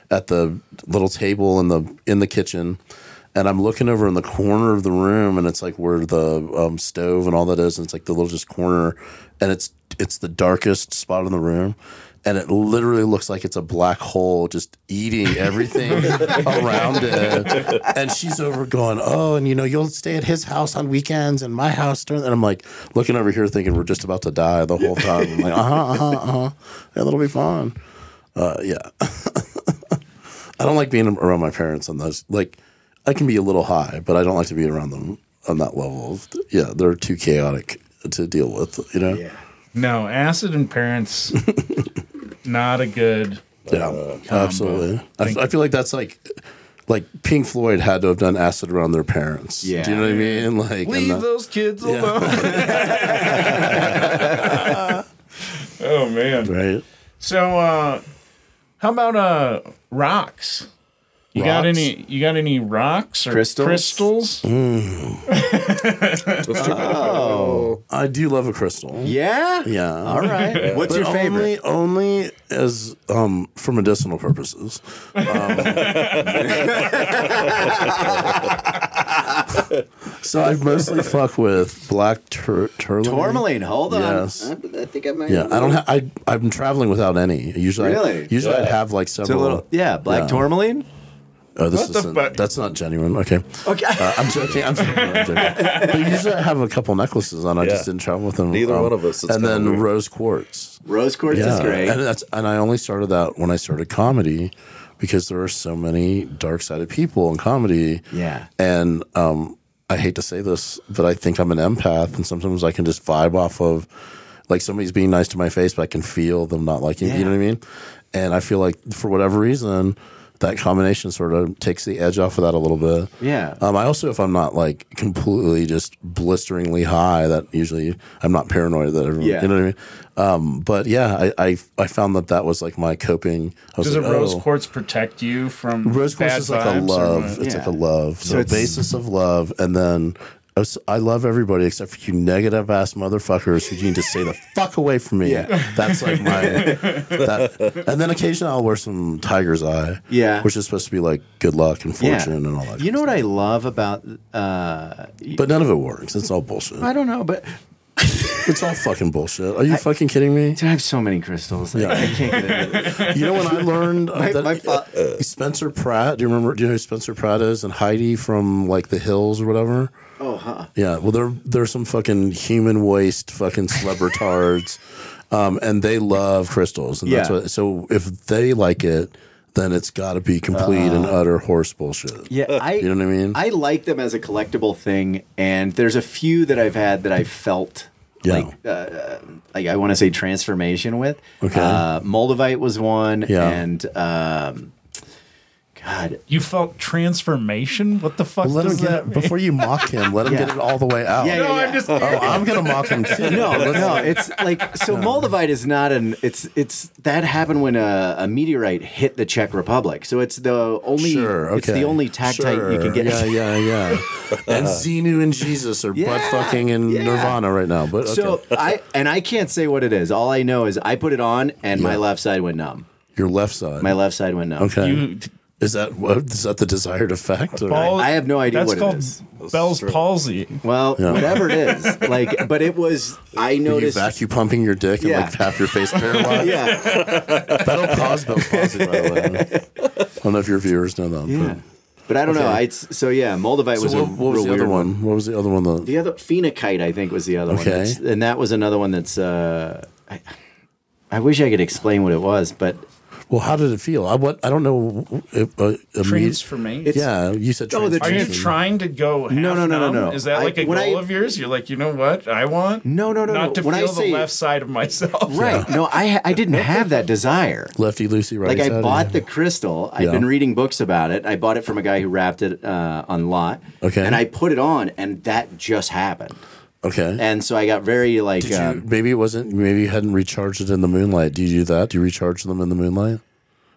at the little table in the in the kitchen. And I'm looking over in the corner of the room, and it's like where the um, stove and all that is, and it's like the little just corner, and it's it's the darkest spot in the room, and it literally looks like it's a black hole just eating everything around it. And she's over going, "Oh, and you know, you'll stay at his house on weekends and my house during." And I'm like looking over here, thinking we're just about to die the whole time. I'm like, "Uh huh, uh huh, uh huh. Yeah, that'll be fun." Uh, yeah. I don't like being around my parents on those. Like, I can be a little high, but I don't like to be around them on that level. of- Yeah, they're too chaotic to deal with. You know. Yeah.
No, acid and parents, not a good.
uh,
absolutely. I, I feel like that's like, like Pink Floyd had to have done acid around their parents.
Yeah.
Do you know what I mean? Like, and
Leave
that-
those kids
Yeah.
alone.
Oh man.
right?
So, uh, how about uh, rocks? You got
Rocks?
any? You got any rocks or
Crystals?
crystals?
I do love a crystal.
Yeah.
Yeah.
All right. What's
But
your favorite?
Only, only as um, for medicinal purposes. Um, so I mostly fuck with black tur- tourmaline.
Tourmaline. Hold on.
Yes.
I, I think I might.
Yeah, I don't. Ha- I I'm traveling without any. Usually,
Really?
I, usually I'd have like several.
It's a little, yeah, black
Yeah.
tourmaline.
Oh, this
What the
isn't.
fuck?
That's not genuine. Okay.
Okay,
Uh, I'm joking. I'm joking. I'm joking. But usually I have a couple necklaces on. I
Yeah.
just didn't travel with them. um,
Neither one of us. It's
And
kinda
then
weird.
rose quartz.
rose quartz is great.
And that's and I only started that when I started comedy because there are so many dark sided people in comedy.
Yeah.
And um I hate to say this, but I think I'm an empath and sometimes I can just vibe off of like somebody's being nice to my face, but I can feel them not liking you know what I mean? And I feel like for whatever reason that combination sort of takes the edge off of that a little bit.
Yeah.
Um, I also, if I'm not like completely just blisteringly high, that usually I'm not paranoid that everyone,
Yeah.
you know what I mean? Um, but yeah, I, I, I found that that was like my coping. I was
Does a
like,
rose
oh.
quartz protect you from
Rose quartz
bad
is like a
vibes or
love.
what?
It's
Yeah.
like a love. So,
it's-
basis of love, and then I was- I love everybody except for you negative ass motherfuckers who need to stay the fuck away from me.
Yeah.
That's like my. That, and then occasionally I'll wear some tiger's eye.
Yeah.
which is supposed to be like good luck and
yeah.
fortune and all that.
You know what I love about? Uh,
but none of it works. It's all bullshit.
I don't know, but
It's all fucking bullshit. Are you fucking kidding me?
Dude, I have so many crystals. Like, I can't get into it.
You know when I learned uh,
My-
that
my fa-
uh, Spencer Pratt. Do you remember? Do you know who Spencer Pratt is and Heidi from like The Hills or whatever?
Oh, huh.
Yeah. Well, they're they're some fucking human waste fucking celebritards, um, and they love crystals. And that's
Yeah.
what, so if they like it, then it's got to be complete and utter horse bullshit.
Uh-huh. Yeah, I.
You know what I mean?
I like them as a collectible thing, and there's a few that I've had that I felt
Yeah.
like uh, like I want to say transformation with.
Okay.
uh, Moldavite was one,
Yeah.
and um, God,
You felt transformation? What the fuck
Well, let him
does
get
that
it,
mean?
before you mock him. Let him
Yeah.
get it all the way out.
Yeah, yeah.
No, I'm just
Oh, I'm gonna mock him too.
no, no, it's like so. Moldavite is not an. It's it's that happened when a, a meteorite hit the Czech Republic, so it's the only.
Sure, okay.
It's the only tactite you can get.
Yeah, yeah, yeah. and Xenu and Jesus are
Yeah,
butt fucking in
yeah.
Nirvana right now. But okay.
So I and I can't say what it is. All I know is I put it on and my
Yeah.
left side went numb.
your left side.
My left side went numb.
okay.
You-
is that what is that the desired effect? or-
Paul-
I have no idea
that's
what it
called
is.
Bell's palsy.
Well, whatever it is, like, but it was. I
Are you
noticed.
vacuum pumping your dick and
Yeah.
like half your face paralyzed?
Yeah,
That'll cause Bell's palsy, by the way. I don't know if your viewers know that.
yeah. But I don't know. I, it's- so yeah, Moldavite
But,
was
so
a
what, what was
real
the
weird
other one? What was the other one? The,
The other phenokite, I think, was the other one.
Okay.
That's- and that was another one that's. Uh, I, I wish I could explain what it was, but
well, how did it feel? I what I don't know. If, uh, a me-
Transformation.
yeah, you said.
Oh, the
Are you
transformation.
trying to go? Half
no, no, no,
numb?
no.
Is that
I-
like a
when
goal
I-
of yours? You're like, you know what? I want
No, no, no,
not
no.
to
When I
feel
say-
the left side of myself.
right. No, I I didn't have that desire.
Lefty Lucy, right?
Like I
side,
bought
yeah.
the crystal. I've
Yeah.
been reading books about it. I bought it from a guy who wrapped it uh, on lot.
Okay.
And I put it on, and that just happened.
Okay.
And so I got very like.
Did you-
um,
maybe it wasn't. Maybe you hadn't recharged it in the moonlight. Do you do that? Do you recharge them in the moonlight?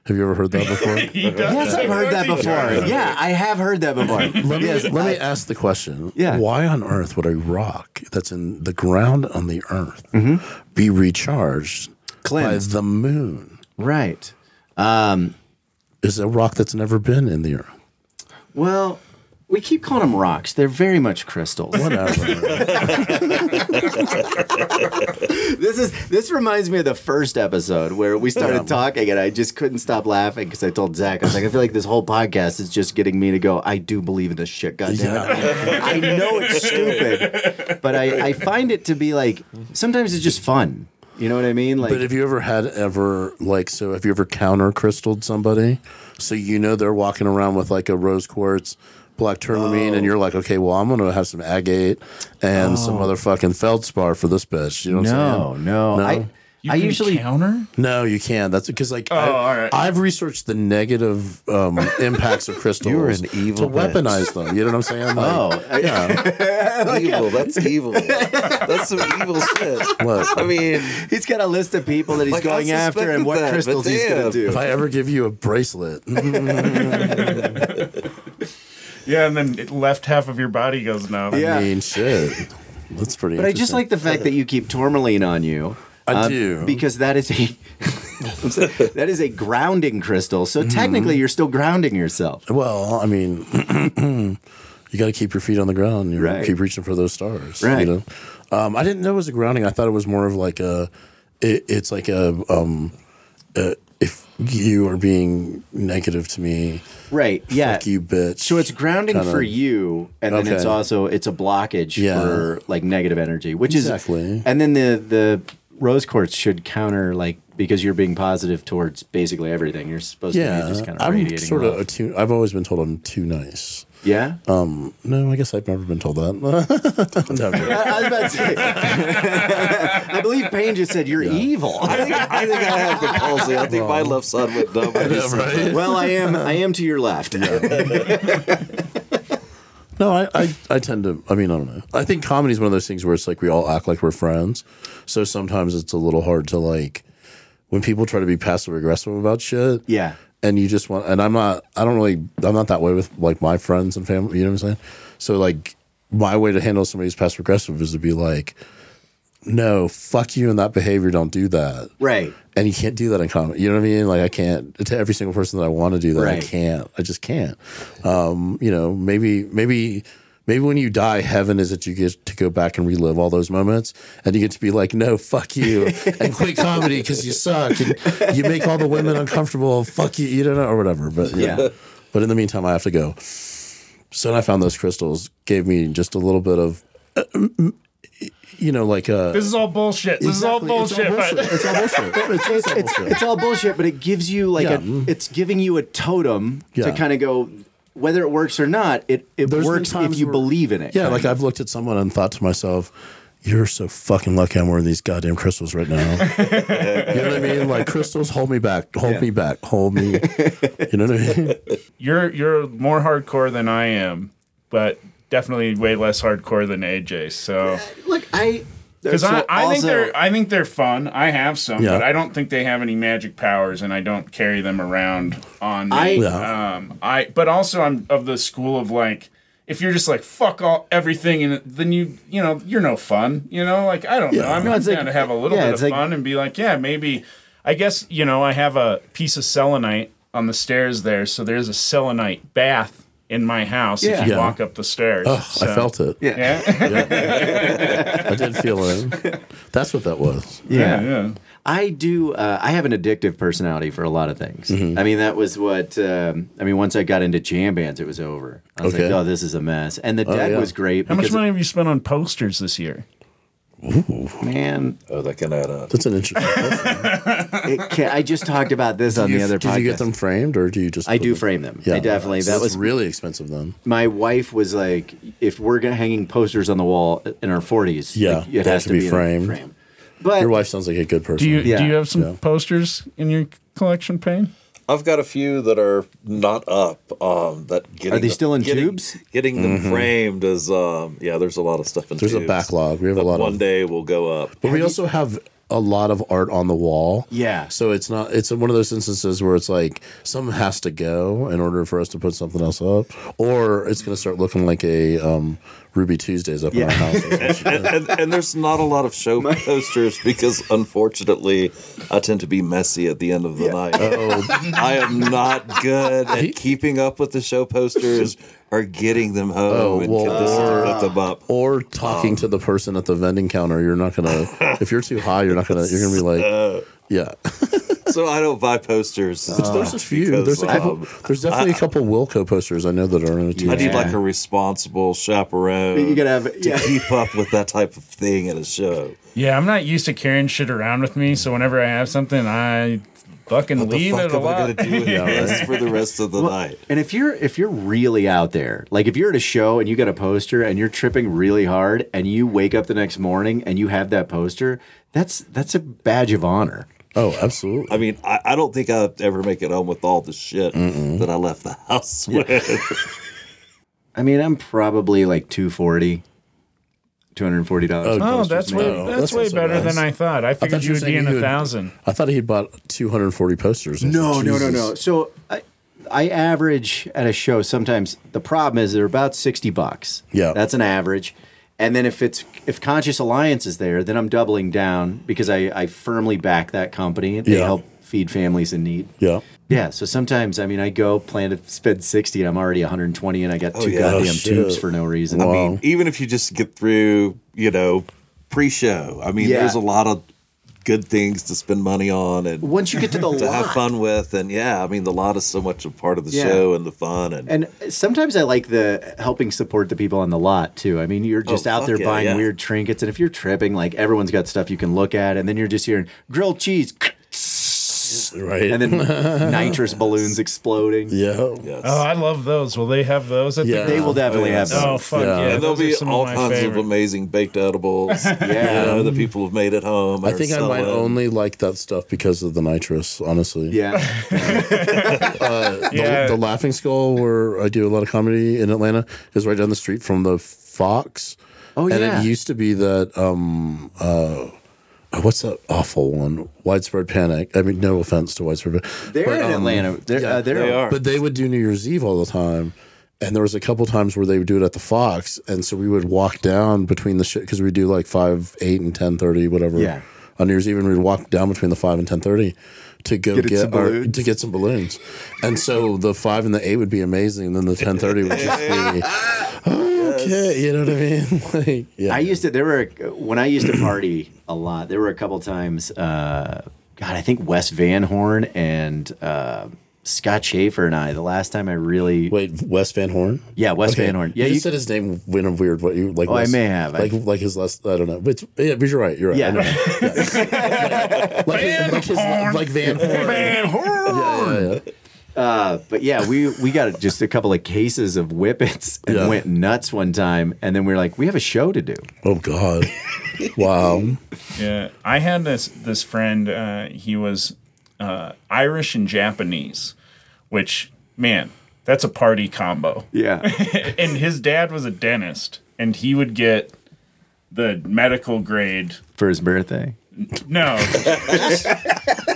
Have you ever heard that before?
He does
Yes, I've heard that before. Yeah, I have heard that before.
let me,
yes,
let me ask the question.
Yeah.
Why on earth would a rock that's in the ground on the earth
Mm-hmm.
be recharged
Cleansed.
by the moon?
right.
Is a rock that's never been in the earth.
Well, we keep calling them rocks. They're very much crystals.
Whatever.
this is this reminds me of the first episode where we started talking and I just couldn't stop laughing because I told Zach I was like I feel like this whole podcast is just getting me to go I do believe in this shit goddamn it I know it's stupid but I I find it to be like sometimes it's just fun you know what I mean like
but have you ever had ever like so? Have you ever counter crystalled somebody so you know they're walking around with like a rose quartz, black tourmaline, and you're like, okay, well, I'm gonna have some agate and some other fucking feldspar for this bitch. You know what I'm
no
saying?
no,
No?
I
You
I
can
usually
counter.
No, you can't. That's because like I,
all right.
I've researched the negative um, impacts of crystals.
You're an evil
to
bitch.
weaponize them. You know what I'm saying? Like,
oh I-
evil. That's evil. That's some evil shit.
What?
I mean,
he's got a list of people that he's
Like, I
going after and
suspected
what
that, but
crystals he's gonna
damn.
do
if I ever give you a bracelet,
Yeah, and then it- left half of your body goes numb.
Yeah.
I mean, shit, that's pretty.
But I just like the fact that you keep tourmaline on you. um,
I do.
because that is a I'm sorry, that is a grounding crystal. So
Mm-hmm.
technically, you're still grounding yourself.
Well, I mean, you got to keep your feet on the ground. You
Right.
keep reaching for those stars.
Right.
You know, um, I didn't know it was a grounding. I thought it was more of like a. It, it's like a. Um, uh if you are being negative to me,
Right? Yeah.
fuck you, bitch.
Uh, So it's grounding
Kinda.
for you, and then it's
Okay.
also it's a blockage
Yeah.
for like negative energy, which
Exactly.
is and then the the rose quartz should counter like because you're being positive towards basically everything. You're supposed to be
Yeah,
just kind of
I'm
radiating.
sort
love.
of too. I've always been told I'm too nice.
yeah.
Um, no, I guess I've never been told that. Never.
I, I was about to say. I believe Payne just said you're evil.
I think I, think I have the palsy. I think my left side went numb. I just-
right?
well, I am. I am to your left.
No, I, I, I tend to. I mean, I don't know. I think comedy is one of those things where it's like we all act like we're friends. So sometimes it's a little hard to like when people try to be passive aggressive about shit.
Yeah.
And you just want, and I'm not, I don't really, I'm not that way with like my friends and family. You know what I'm saying? So like my way to handle somebody who's passive aggressive is to be like, no, fuck you and that behavior. Don't do that.
Right.
and you can't do that in comedy. You know what I mean? Like I can't to every single person that I want to do that. I
Right.
can't. I just can't. Um, you know, maybe maybe Maybe when you die, heaven is that you get to go back and relive all those moments, and you get to be like, "No, fuck you," and quit comedy because you suck, and you make all the women uncomfortable. Fuck you, you don't know, or whatever. But yeah.
Yeah.
But in the meantime, I have to go. So then I found those crystals. Gave me just a little bit of, uh, you know, like uh a.
This is all bullshit. This is all bullshit. but-
It's all bullshit. It's, it's all
it's,
bullshit.
it's all bullshit, but it gives you like
Yeah.
Mm-hmm.
a, it's giving you a totem
Yeah.
to kind of go whether it works or not. It it
There's been
works if
times
you
where-
believe in it.
Yeah, like I've looked at someone and thought to myself, "You're so fucking lucky I'm wearing these goddamn crystals right now." you know what I mean? Like crystals, hold me back, hold me back, hold me. You know what I mean?
You're you're more hardcore than I am, but definitely way less hardcore than AJ. So
look, I
because I, I think
there.
they're I think they're fun. I have some,
Yeah.
but I don't think they have any magic powers, and I don't carry them around on.
I-
me.
Yeah.
um, I but also I'm of the school of like. If you're just like fuck all everything and then you you know you're no fun you know like I don't know I'm
No,
going
it's like-
to have a little
yeah,
bit
it's
of
like-
fun and be like yeah maybe I guess you know I have a piece of selenite on the stairs there so there's a selenite bath in my house
Yeah.
if you
Yeah.
walk up the stairs
I felt it. Yeah.
yeah
I did feel it. That's what that was.
Yeah.
yeah
I do. Uh, I have an addictive personality for a lot of things.
Mm-hmm.
I mean, that was what. Um, I mean, once I got into jam bands, it was over. I was
Okay. Oh,
like, oh, this is a mess. And the deck
yeah.
was great.
how much
because-
money have you spent on posters this year
Man,
Oh, that can add up.
That's an interesting. question.
it can, I just talked about this on
You-
the other
did
podcast.
you get them framed or do you just?
I
put
do
them-
frame them. I definitely.
So
that
that's
was
really expensive then.
my wife was like, if we're gonna hanging posters on the wall in our forties,
Yeah,
it has to be, framed. Frame. But
Your wife sounds like a good person.
do you
Yeah.
do you have some
Yeah.
posters in your collection Payne
I've got a few that are not up. Um, that getting
they
the-
still in
getting-
tubes?
Getting them framed is um, yeah. Mm-hmm. There's a lot of stuff in.
There's a
tubes
backlog. We have a
that
lot
One
of
day will go up.
But we also have a lot of art on the wall.
Yeah.
So it's not it's one of those instances where it's like some has to go in order for us to put something else up, or it's going to start looking like a um, Ruby Tuesdays up in our house. or some shit.
and, and, and there's not a lot of show posters because unfortunately I tend to be messy at the end of the night.
Oh.
I am not good at keeping up with the show posters or getting them home
Oh,
and
well,
consistently put them up.
Or talking to the person at the vending counter, you're not gonna. if you're too high, you're not gonna. You're gonna be like, yeah.
So I don't buy posters.
Uh,
there's a few.
because,
There's a couple,
um,
There's definitely a couple Wilco posters I know that are on a
I
TV.
need like a responsible chaperone.
you gotta have
to
yeah.
keep up with that type of thing at a show.
Yeah, I'm not used to carrying shit around with me, so whenever I have something, I fucking leave
the
it
fuck am I
alone.
gonna do with this for the rest of the night?
And if you're if you're really out there, like if you're at a show and you got a poster and you're tripping really hard and you wake up the next morning and you have that poster, that's that's a badge of honor.
Oh, absolutely.
I mean, I, I don't think I'll ever make it home with all the shit that I left the house with.
I mean, I'm probably like 240 $240.
Oh,
Posters,
that's
man.
way
Oh,
that's,
that's
way
also
better
nice.
than I thought. I figured
you
you
were
would be
saying
in
you
a
would-
thousand.
I thought he had bought 240 posters. I was
No,
like,
no, no,
Jesus.
no. So I, I average at a show sometimes. The problem is they're about 60 bucks.
Yeah.
That's an average. And then if it's if Conscious Alliance is there, then I'm doubling down because I, I firmly back that company. They
Yeah.
help feed families in need.
Yeah.
Yeah. So sometimes I mean I go plan to spend 60 and I'm already 120 and I got two
yeah. Oh,
goddamn
shit.
tubes for no reason.
I mean, even if you just get through, you know, pre-show. I mean,
Yeah.
there's a lot of good things to spend money on and
once you get to the
to have
lot,
fun with, and yeah, I mean, the lot is so much a part of the
Yeah.
show and the fun and.
And sometimes I like the helping support the people on the lot too. I mean, you're just
Oh,
out
fuck
there
yeah,
buying
yeah.
weird trinkets, and if you're tripping, like everyone's got stuff you can look at, and then you're just hearing grilled cheese,
Right.
and then nitrous balloons exploding.
yeah.
Yes.
Oh, I love those. Will they have those? At
Yeah.
the
They will definitely have
Oh
those.
fuck yeah!
Yeah.
and there'll
those are
be
some
all
of my
kinds
favorite.
of amazing baked edibles. yeah, you know, that people have made at home.
I
or
think I might
selling.
only like that stuff because of the nitrous, honestly.
Yeah,
Yeah.
The Laughing Skull, where I do a lot of comedy in Atlanta, is right down the street from the Fox.
Oh,
and
yeah.
it used to be that, um, uh, what's that awful one? Widespread Panic. I mean, no offense to Widespread Panic.
they're
but,
in
um,
Atlanta. They're,
yeah.
uh, they're,
They are.
But they would do New Year's Eve all the time. And there was a couple times where they would do it at the Fox, and so we would walk down between the shit because we do like five, eight, and ten thirty, whatever.
Yeah.
On New Year's Eve, and we'd walk down between the five and ten thirty to go get,
it some
our-
balloons.
to get some balloons, and so the five and the eight would be amazing, and then the ten thirty would just be. Oh, okay. You know what I mean? like, yeah.
I used to. There were when I used to party a lot. There were a couple times. Uh, God, I think Wes Van Horn and uh, Scott Schaefer and I. The last time I really,
Wait, Wes Van Horn?
yeah, Wes Van Horn. Yeah,
you,
you, Oh,
said his name in a weird way. You, like,
I
Wes-
may have. I-
Like, like his last, I don't know. But, it's- yeah, but you're right. You're right. I
yeah,
know. Like, his, like, his, like Van Horn. Van Horn. Yeah, yeah, yeah.
but yeah, we we got just a couple of cases of whippets and
Yeah.
went nuts one time. And then we were like, we have a show to do.
Oh, God. Wow.
Yeah, I had this this friend. Uh, he was uh, Irish and Japanese, which man, that's a party combo.
Yeah,
and his dad was a dentist, and he would get the medical grade.
for his birthday.
No, just,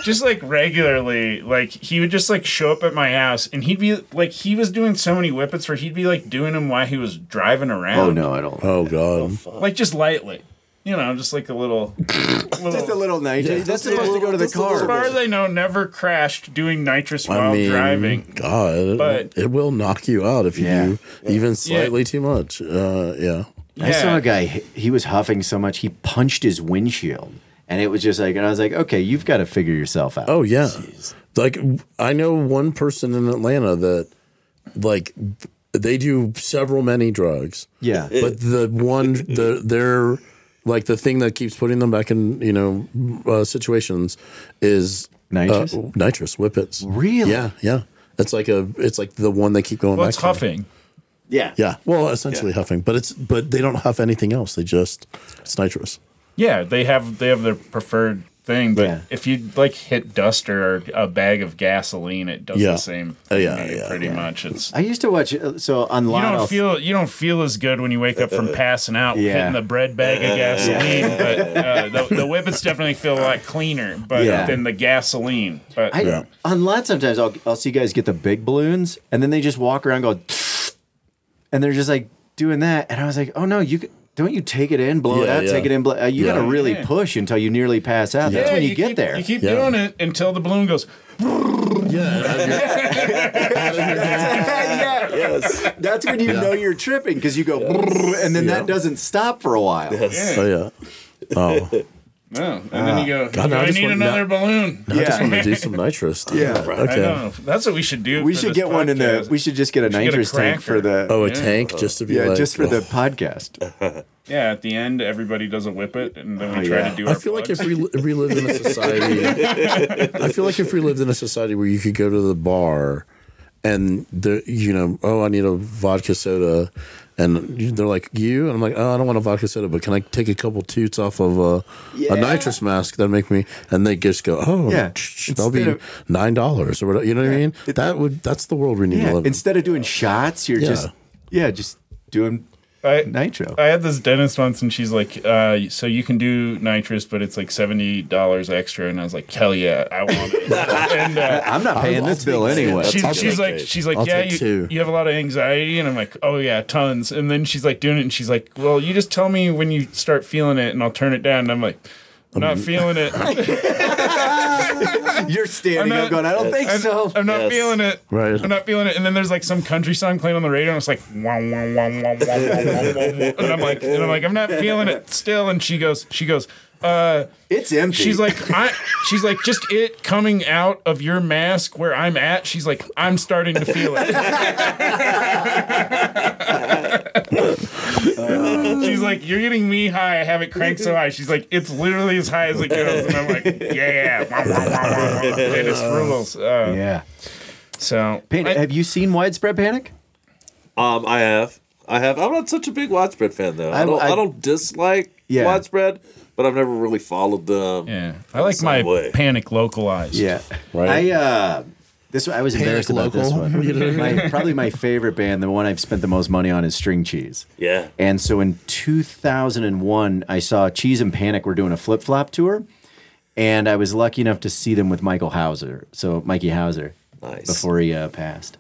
just like regularly, like he would just like show up at my house, and he'd be like, he was doing so many whippets where he'd be like doing them while he was driving around.
Oh no, I don't.
Oh, God.
like just lightly, you know, just like a little, little
Just a little night. That's supposed to go to the
As far
car.
as I know, never crashed doing nitrous
I
while
mean,
driving.
God, it-
But-
it will knock you out if you
Yeah.
do even slightly too much. Uh, yeah.
Yeah.
I saw a guy. He was huffing so much he punched his windshield, and it was just like. And I was like, okay, you've got to figure yourself out.
Oh yeah. Like I know one person in Atlanta that like they do several many drugs.
Yeah.
But the one the their like the thing that keeps putting them back in, you know, uh, situations is
Nitrous?
uh, nitrous whippets.
Really?
Yeah, yeah. It's like a it's like the one they keep going
Well,
back
it's
to.
huffing.
yeah.
Yeah. Well, essentially huffing, but it's but they don't huff anything else. They just it's nitrous.
Yeah, they have they have their preferred thing, but
Yeah.
if you like hit dust or a bag of gasoline, it does
Yeah.
the same.
Oh, yeah,
thing to you
yeah,
pretty much. It's
I used to watch. uh, So on
you
Lotto.
don't feel you don't feel as good when you wake up
Uh,
from passing out
Yeah.
hitting the bread bag of gasoline, but uh, the, the whippets definitely feel a lot cleaner, but
Yeah.
than the gasoline. But
I,
Yeah.
On lot sometimes I'll, I'll see guys get the big balloons and then they just walk around going, and they're just like doing that. And I was like, oh no, you c- don't you take it in, blow it
Yeah,
out,
yeah.
take it in, blow. Uh, you
Yeah.
got to really
Yeah.
push until you nearly pass out. That's when you, get
keep,
there.
You keep
Yeah.
doing it until the balloon goes.
Yeah.
yeah.
Yes.
That's when you know you're tripping because you go, "Brrr," and then that doesn't stop for a while.
Yeah.
oh yeah. Oh.
Oh, and then you go.
God,
do
now I
I
just
need
want-
another balloon.
I
Yeah.
just want to do some nitrous.
Yeah.
I
Okay.
know. That's what we should do.
We
for
should
this
get one in the.
podcast.
We should just get a
should get a
nitrous tank for
cracker.
the.
Oh, a tank just to be
yeah,
like,
just for the
oh.
podcast.
yeah, at the end, everybody does a whip it, and then we
Oh,
try
yeah.
to do.
I
our
feel like
plugs.
if we, li- we lived in a society, I feel like if we lived in a society where you could go to the bar, and the you know, oh, I need a vodka soda, and you- they're like, you, and I'm like, oh, I don't want a vodka soda, but can I take a couple toots off of a,
Yeah.
a nitrous mask that make me, and they just go, oh,
Yeah.
that'll be
Instead
nine dollars or whatever. You know what I mean? that would that's the world we need
Yeah.
to live in.
Instead of doing shots, you're
Yeah.
just yeah, just doing
I,
nitro.
I had this dentist once, and she's like, uh, "So you can do nitrous, but it's like seventy dollars extra." And I was like, "Hell yeah, I want it." and uh,
I'm not paying this bill anyway.
she's,
I'll
she's
take
like,
it.
"She's like,
I'll
yeah,
take
you,
two.
you have a lot of anxiety," and I'm like, "Oh yeah, tons." And then she's like doing it, and she's like, "Well, you just tell me when you start feeling it, and I'll turn it down." And I'm like, "I'm
Um,
not feeling it."
You're
I'm
standing
not-
up going, I don't think
I'm,
so.
I'm not
Yes.
feeling it.
Right.
I'm not feeling it. And then there's like some country song playing on the radio, and it's like, wah, wah, wah, wah, wah, wah, wah, wah, wah. and I'm like, and I'm like, I'm not feeling it still. And she goes, she goes, uh,
it's empty.
she's like, I, she's like, just it coming out of your mask where I'm at. She's like, I'm starting to feel it. she's like, you're getting me high. I have it cranked so high. She's like, it's literally as high as it goes. And I'm like, yeah, wah, wah, wah, wah, wah. it just rules. Uh,
yeah.
So
Pan-
I-
have you seen widespread panic?
Um, I have. I have. I'm not such a big widespread fan though. I,
I-
don't. I,
I-
don't dislike
Yeah.
widespread, but I've never really followed them.
Yeah, I like
Some
my
way.
panic localized.
Yeah. I
Right.
uh this I was embarrassed about this
local.
one. my, probably my favorite band, the one I've spent the most money on is String Cheese.
Yeah.
And so in 2001, I saw Cheese and Panic were doing a flip flop tour, and I was lucky enough to see them with Michael Hauser. So Mikey Hauser,
Nice.
before he uh, passed.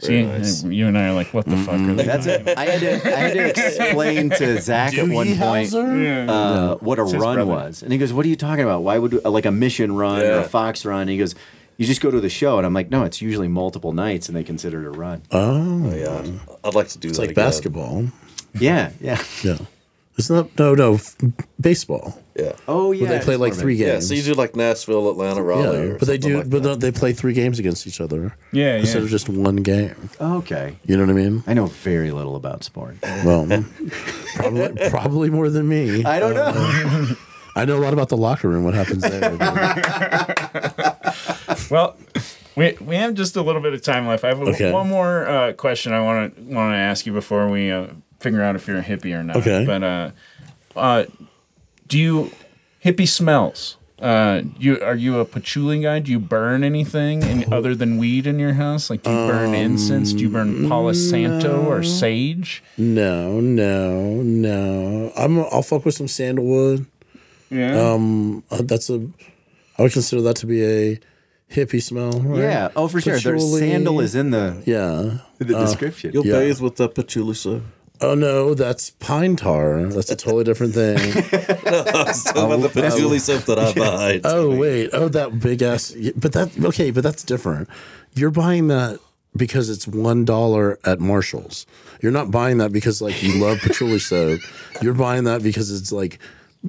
See,
Very nice.
you and I are like, what the fuck? Are they
Mm-hmm. That's it. I had to I had to explain to Zach at one point. uh, what a
his
run
brother.
was. And he goes, What are you talking about? Why would, uh, like, a mission run or
Yeah.
a Fox run? And he goes, You just go to the show. And I'm like, No, it's usually multiple nights and they consider it a run.
Oh,
Yeah. I'd like to do
it's
that
like
again.
basketball.
Yeah, yeah.
Yeah. Isn't that no no f- baseball?
Yeah.
Oh yeah.
Where they play
it's
like
more
three
than-
Yeah,
games.
so you do like Nashville, Atlanta, Raleigh,
yeah,
or
but they
something
do,
like
but
that.
they play three games against each other
Yeah,
instead
yeah.
of just one game.
Okay.
You know what I mean?
I know very little about sport.
Well, probably, probably more than me.
I don't know.
I know a lot about the locker room. What happens there? but-
Well, we we have just a little bit of time left. I have a-
Okay.
one more uh, question I want to want to ask you before we uh, figure out if you're a hippie or not.
Okay.
But uh, uh, do you hippie smells? Uh, you are you a patchouli guy? Do you burn anything in, other than weed in your house? Like, do you burn
Um,
incense? Do you burn Palo Santo or sage?
no, no, no. I'm. I'll fuck with some sandalwood.
Yeah.
Uh, that's a. I would consider that to be a hippie smell. right?
yeah. Oh, for sure. Their
Patchouli. Uh,
sandal is in the
Yeah.
in the description.
You'll
yeah.
bathe with the patchouli soap.
Oh no, that's pine tar. That's a totally different thing.
Talking about the patchouli soap that I buy.
Oh wait, oh that big ass. But that okay, but that's different. You're buying that because it's one dollar at Marshalls. You're not buying that because like you love patchouli soap. You're buying that because it's like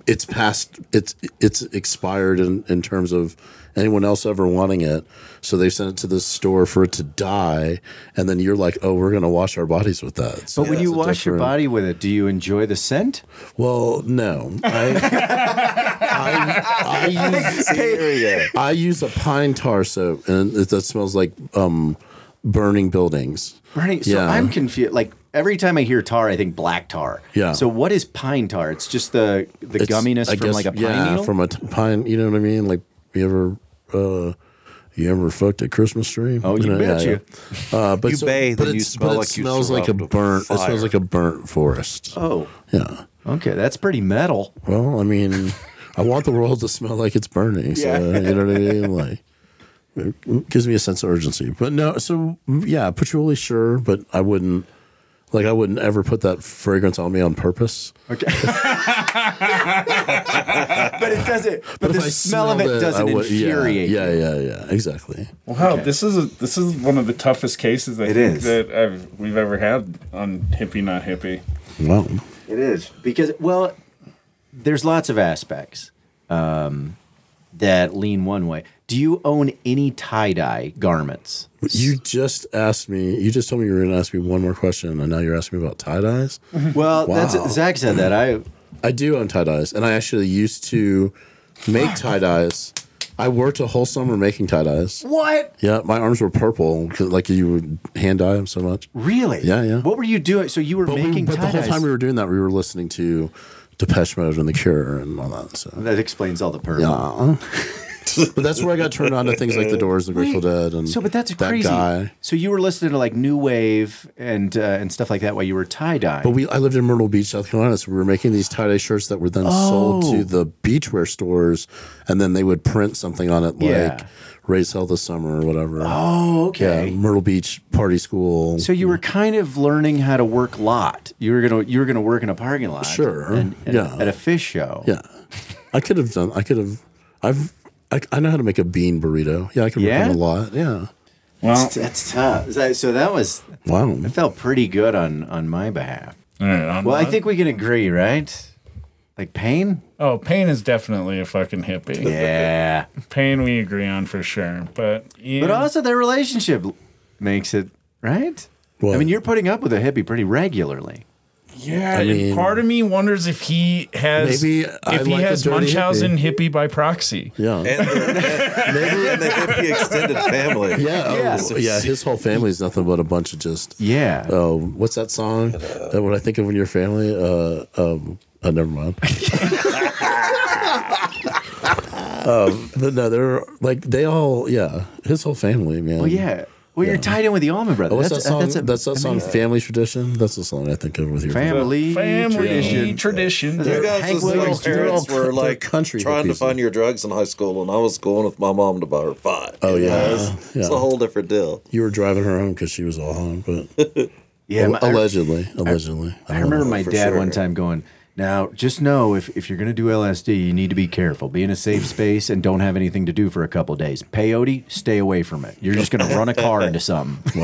it's past it's it's expired in in terms of anyone else ever wanting it. So they sent it to this store for it to die, and then you're like, oh, we're gonna wash our bodies with that. So
But when you
that's a
wash your
different-
body with it, do you enjoy the scent?
well, no, I, I, I use
Area.
I use a pine tar soap, and it, that smells like um, burning buildings.
Bernie, so
Yeah.
I'm confused. Like every time I hear tar, I think black tar.
Yeah.
So what is pine tar? It's just the the
It's,
gumminess
I
from
guess,
like a pine
yeah,
needle.
from a t- pine. You know what I mean? Like you ever, uh, you ever fucked a Christmas tree?
Oh, you
know, yeah,
betcha.
yeah. Uh, but
You
so-
bathe
but
and you
it's-
smell
but
like
it
you
smells like a
surrounded by
burnt. It
fire.
smells like a burnt forest.
oh,
Yeah.
okay, that's pretty metal.
Well, I mean, I want the world to smell like it's burning. So, you know what I mean? Like, it gives me a sense of urgency. But no, so yeah, patchouli, sure, but I wouldn't, like, I wouldn't ever put that fragrance on me on purpose.
Okay. but it doesn't. But, the
if I
smell of it
smelled
doesn't
I would- yeah,
infuriate.
Yeah,
you.
yeah, yeah, exactly.
wow, this is a, this is one of the toughest cases I
It
think
is.
that I've, we've ever had on hippie not hippie.
Well,
It is because well, there's lots of aspects um, that lean one way. Do you own any tie dye garments?
you just asked me, you just told me you were going to ask me one more question, and now you're asking me about tie dyes.
Well,
Wow.
that's Zach said that. I
I do own tie dyes, and I actually used to make tie dyes. I worked a whole summer making tie dyes.
what
Yeah, my arms were purple 'cause, like you would hand dye them so much.
really?
Yeah, yeah.
What were you doing? So you were
But, we-
making
but the
tie
whole
dyes.
time we were doing that, we were listening to Depeche Mode and The Cure and all that. So,
that explains all the purple.
yeah. but that's where I got turned on to things like The Doors and Grateful Dead and
So, but that's
that
crazy.
guy.
So you were listening to like new wave and uh, and stuff like that while you were tie dye.
But we, I lived in Myrtle Beach, South Carolina, so we were making these tie dye shirts that were then sold
Oh.
to the beachwear stores, and then they would print something on it like
Yeah.
"Raise Hell this Summer" or whatever.
oh,
yeah,
okay.
Myrtle Beach Party School.
So you were kind of learning how to work lot. You were gonna you were gonna work in a parking lot.
Sure,
and- and
yeah.
At a fish show.
Yeah, I could have done. I could have. I've. I, I know how to make a bean burrito. Yeah, I can
Yeah?
work on a lot. Yeah.
Well,
That's tough. So- So that was
Wow.
felt pretty good on on my behalf.
all right, on
Well, I
that-
think we can agree, right? Like pain?
oh, pain is definitely a fucking hippie.
Yeah.
Pain we agree on for sure, but yeah,
But also their relationship makes it right? I
What?
mean, you're putting up with a hippie pretty regularly.
yeah.
I
and
mean-
part of me wonders if he has
Maybe
if
I
he
like a
has
dirty
Munchausen hippie. by proxy.
Yeah.
And the, maybe and the hippie extended family.
Yeah. oh,
Yeah.
Yeah. His whole family's nothing but a bunch of just.
Yeah.
Oh, what's that song? That what I think of when your family. Uh. Um. Uh, never mind. um, but no, they're like they all. Yeah. His whole family, man.
well, yeah. Well, you're tied in with the Almond Brothers.
Oh, what's that song? That's,
a-
that song. Family tradition. That's the song I think of with your
family,
Family
tradition.
tradition.
You guys'
Hank
little
Williams, they're
parents
all-
were
they're
like
country
trying to
hippies.
find your drugs in high school, and I was going with my mom to buy her pot.
Oh, yeah.
it's, it's
Yeah.
a whole different deal.
You were driving her home because she was all home, but
Yeah, my- I-
allegedly, allegedly.
I remember my
for
dad
sure.
one time going, Now, just know if, if you're going to do LSD, you need to be careful. Be in a safe space and don't have anything to do for a couple days. Peyote, stay away from it. You're just going to run a car into something.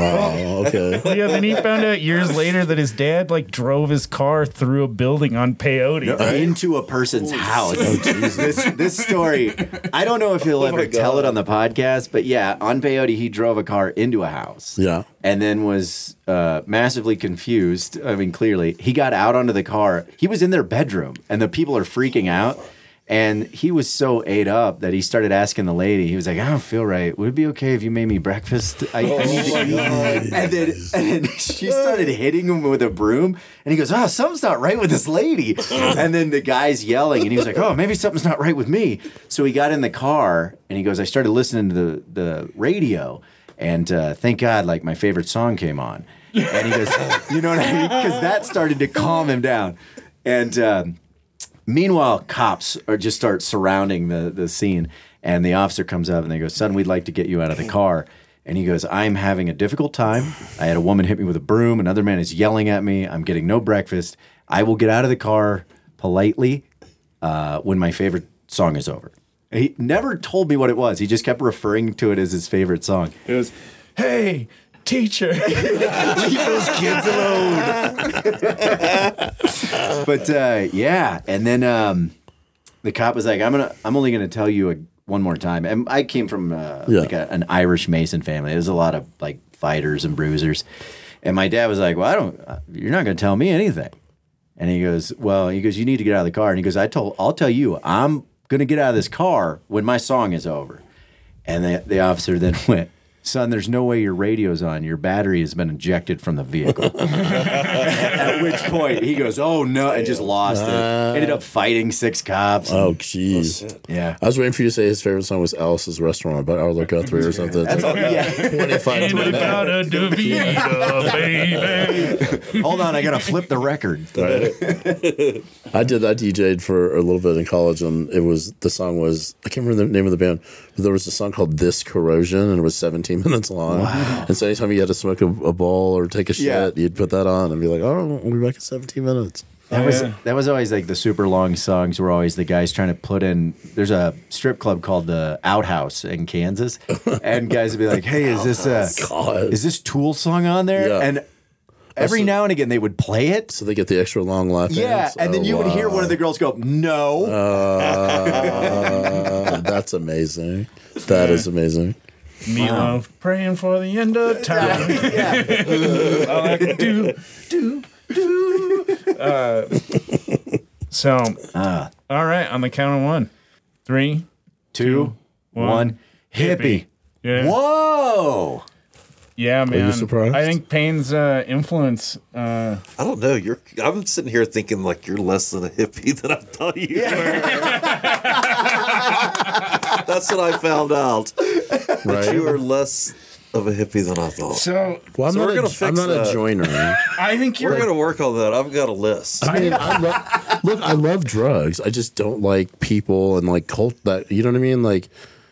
Oh, Wow. Okay.
Yeah, then he found out years later that his dad like drove his car through a building on peyote.
Into a person's house. this, this story, I don't know if he'll ever tell it on the podcast, but yeah, on peyote, he drove a car into a house.
Yeah.
and then was uh, massively confused. I mean, clearly, he got out onto the car. He was in their bedroom, and the people are freaking out. And he was so ate up that he started asking the lady. He was like, "I don't feel right. Would it be okay if you made me breakfast? I, I need to eat." And then, and then she started hitting him with a broom. And he goes, "Oh, something's not right with this lady." And then the guy's yelling, and he was like, "Oh, maybe something's not right with me." So he got in the car, and he goes, "I started listening to the the radio." and uh, thank God, like my favorite song came on. And he goes, you know what I mean? Because that started to calm him down. And um, meanwhile, cops are just start surrounding the the scene, and the officer comes up and they go, "Son, we'd like to get you out of the car." And he goes, "I'm having a difficult time. I had a woman hit me with a broom. Another man is yelling at me. I'm getting no breakfast. I will get out of the car politely uh, when my favorite song is over." He never told me what it was. He just kept referring to it as his favorite song.
It was
Hey, teacher.
Leave those kids alone. but uh, yeah, and then um, the cop was like, "I'm gonna, I'm only gonna tell you a, one more time." And I came from uh,
Yeah.
like a, an Irish Mason family. There's a lot of like fighters and bruisers, and my dad was like, "Well, I don't, uh, you're not gonna tell me anything." And he goes, "Well," he goes, "You need to get out of the car." And he goes, "I told, I'll tell you, I'm gonna get out of this car when my song is over." And the, the officer then went, Son, there's no way your radio's on. Your battery has been ejected from the vehicle. At which point he goes, Oh no, and just lost
Uh.
it. Ended up fighting six cops.
Oh, jeez.
yeah.
I was waiting for you to say his favorite song was Alice's Restaurant by Our Lookout 3 or something. That's all,
yeah.
25
And
minutes.
about a DeVito, baby.
Hold on, I gotta flip the record.
I did that DJ'd for a little bit in college, and it was the song was I can't remember the name of the band, but there was a song called "This Corrosion," and it was 17 minutes long. And so anytime you had to smoke a, a ball or take a shit,
Yeah.
you'd put that on and be like, "Oh, we'll be back in 17 minutes."
That was that was always like the super long songs were always the guys trying to put in. There's a strip club called the Outhouse in Kansas, and guys would be like, "Hey, is this a
God.
is this Tool song on there?"
Yeah.
And every
That's-
now and again they would play it,
So they get the extra long laugh.
Yeah,
ins.
and then
Oh,
you would hear
wow.
one of the girls go, "No."
Uh, that's amazing. That is amazing.
Meatloaf praying for the end of time.
yeah.
All I can do, do, do. Uh, so,
Ah.
all right, on the count of one, three.
Two, one, hippie.
Yeah,
Whoa!
yeah, man.
surprised?
I think Payne's uh, influence. Uh,
I don't know. You're. I'm sitting here thinking like you're less than a hippie than I thought you were. That's what I found out.
Right.
You are less of a hippie than I thought.
so
Well, I'm
So
not,
we're
a,
gonna
j-
fix
I'm not a
that.
joiner.
I think you're.
We're gonna work on that. I've got a list.
I mean, I lo- look, I love drugs. I just don't like people and like cult. That you know what I mean? Like,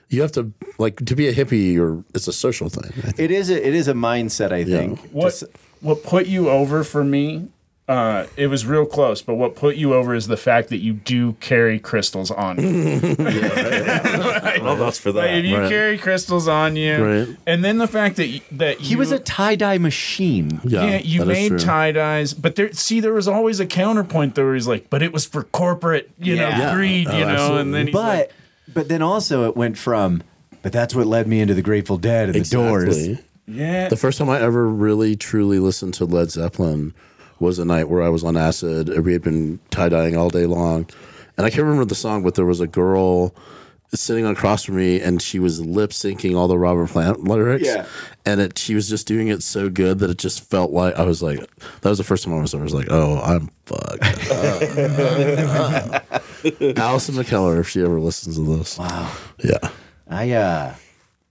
you have to like to be a hippie, or it's a social thing. I think.
It is a it is a mindset, I think.
what
Just-
what put you over for me uh, it was real close but what put you over is the fact that you do carry crystals on you
Well, that's for
Like, if
that.
you
Mm. Right.
carry crystals on you
Right.
and then the fact that y- that
he was a tie dye machine.
Yeah,
yeah, you
that is true.
made tie dyes, but there. See, there was always a counterpoint. There was like, but it was for corporate, you
Yeah.
know,
Yeah.
greed,
Oh,
you know. And then, he's
But
like,
but then also it went from. But that's what led me into the Grateful Dead and the Doors.
Exactly.
yeah,
The first time I ever really truly listened to Led Zeppelin was a night where I was on acid. and We had been tie dyeing all day long, and I can't remember the song, but there was a girl sitting across from me, and she was lip syncing all the Robert Plant lyrics.
Yeah.
and it she was just doing it so good that it just felt like I was like that was the first time I was I was like oh I'm fucked. up. Allison McKellar, if she ever listens to this, wow, yeah,
I uh,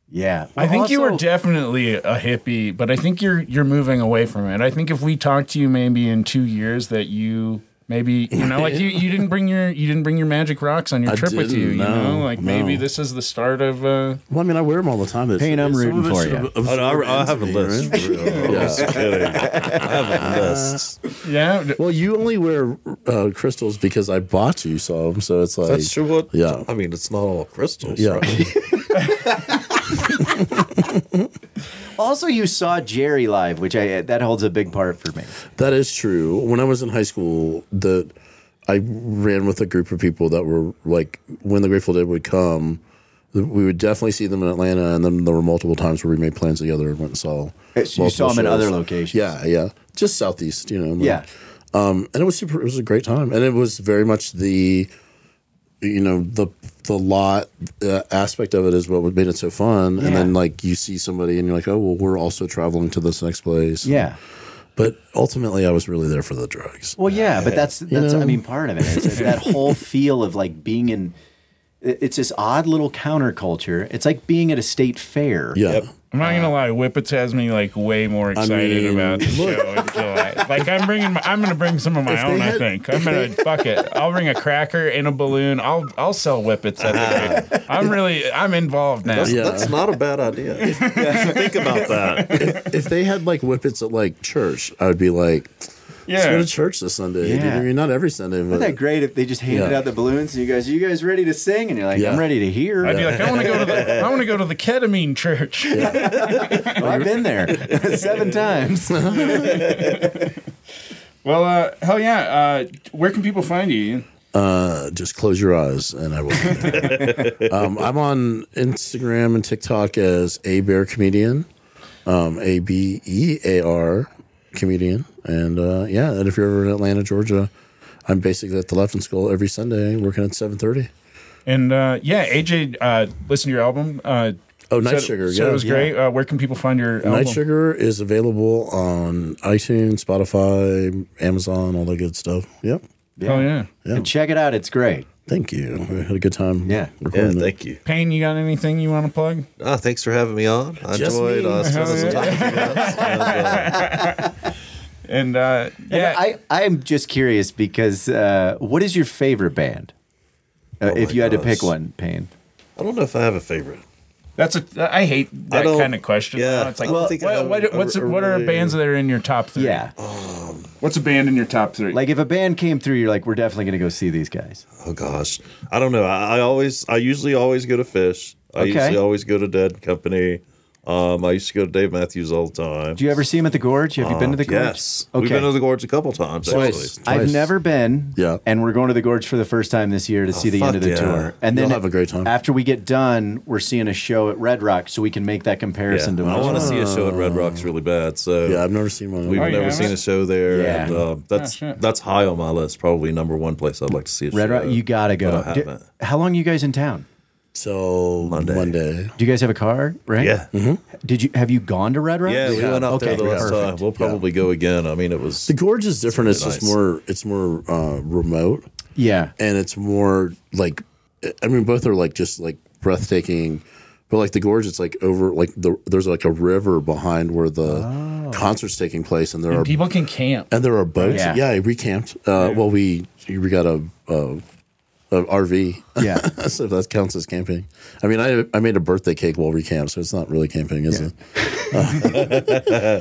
yeah.
I think you were
Also-
definitely a hippie, but I think you're you're moving away from it. I think if we talk to you maybe in two years that you
Maybe you know, like you, you didn't bring your you didn't bring your magic rocks on your
I
trip with you.
didn't,
You
no,
know, like
no.
maybe this is the start of. Uh,
Well, I mean, I wear them all the time. It's,
Payne, I'm
some
rooting
of it
for
should
ya.
ab- absorb
I'll, I'll have a
into me,
list.
right?
I'm just kidding. I have a list.
yeah, d-
Well, you only wear uh, crystals because I bought you some, so it's like
That's true. What?
Yeah.
I mean, it's not all crystals.
Yeah.
Right?
Also, you saw Jerry live, which I that holds a big part for me.
That is true. When I was in high school, the I ran with a group of people that were like when the Grateful Dead would come, th- we would definitely see them in Atlanta, and then there were multiple times where we made plans together and went and saw.
Uh, so you
multiple
saw 'em in
shows.
other locations.
Yeah, yeah, just southeast, you know. like-
Yeah.
um, and it was super. It was a great time, and it was very much the, you know, the the lot uh, aspect of it is what made it so fun. And then
Yeah.
like you see somebody, and you're like, oh well, we're also traveling to this next place.
Yeah.
But ultimately, I was really there for the drugs.
Well, yeah, but that's that's I mean part of it is that, that whole feel of like being in. it- It's this odd little counterculture. It's like being at a state fair.
Yeah.
I'm not gonna lie. Whippets has me like way more excited
Uh, mean,
about the show in July. Like I'm bringing, my, I'm gonna bring some of my own. I
had-
think I'm gonna fuck it. I'll bring a cracker and a balloon. I'll I'll sell whippets at
Ah.
the. I'm really I'm involved now.
That's,
Yeah.
that's not a bad idea. Think about that.
If they had like whippets at like church, I would be like, let's go
Yeah.
to church this Sunday.
Yeah.
I mean, not every Sunday, but
Isn't that great if they just handed
Yeah.
out the balloons and you guys, are you guys ready to sing? And you're like,
Yeah.
I'm ready to hear.
I'd be like, I want to go to the I want to go to the ketamine church.
Well, I've been there seven times.
Well, uh, hell yeah. Uh, where can people find you? Ian?
uh, just close your eyes and I will. be there. um, I'm on Instagram and TikTok as a bear comedian, um, a b e a r comedian, and uh, yeah. And if you're ever in Atlanta, Georgia, I'm basically at the Left and Skull every Sunday, working at seven thirty.
And uh, yeah, AJ, uh, listen to your album. Uh,
Oh, Night
said-
Sugar,
said
yeah,
it was
yeah.
great. Uh, where can people find your album?
Night Sugar is available on iTunes, Spotify, Amazon, all that good stuff. Yep.
Oh yeah.
And check it out. It's great.
Thank you. I had a good time.
Yeah.
Yeah,
recording it.
thank you.
Payne, you got anything you want to plug?
Ah, thanks for having me on. I
Just
enjoyed
me.
uh, spending some time with you guys. And, uh,
And uh, yeah,
I, I'm just curious because uh, what is your favorite band? Uh, if
my
you had to
gosh.
pick one, Payne.
I don't know if I have a favorite.
that's a I hate that
don't-
kind of question.
yeah,
it's like
I don't
what,
think I
what,
have a-
what's
a
what are
really-
bands that are in your top three?
Yeah.
What's a band in your top three?
Like if a band came through, you're like, we're definitely going to go see these guys.
Oh gosh, I don't know. I, I always, I usually always go to Fish. I
Okay.
usually always go to Dead Company. Um, I used to go to Dave Matthews all the time.
Do you ever see them at the Gorge? Have you been to the Gorge?
Uh, Yes,
Okay.
we've been to the Gorge a couple times. Actually.
Twice.
I've never been.
Yeah.
And we're going to the gorge for the first time this year to see the end of the
Oh, fuck yeah.
tour. And then
You'll have a great time.
After we get done, we're seeing a show at Red Rock so we can make that
Yeah.
comparison to
I
one.
want to see a show at
Uh,
Red Rocks really bad. So
Yeah, I've never seen one. of
We've
them.
you
never
haven't?
seen a show there,
Yeah.
and um, that's
shit.
that's high on my list. Probably number one place I'd like to see a
Red
show.
Rock, you got to go.
But I
Do-
haven't.
how long you guys in town?
So
Monday.
Monday.
Do you guys have a car, right?
yeah,
Did you have you gone to Red Rock?
yeah, we went out
Mm-hmm. okay.
there the last
perfect.
time. We'll probably go again. I mean, it was
The gorge is different. It's, just
nice.
more. It's more uh, remote,
Yeah.
and it's more like. I mean, both are like just like breathtaking, but like the gorge, it's like over like the there's like a river behind where the
Oh.
concert's taking place, and there are
people can camp.
and there are boats.
Yeah.
Yeah, we camped. Uh, Well, we we got a. a a RV,
Yeah.
so if that counts as camping. I mean, I I made a birthday cake while we camped, so it's not really camping, is it?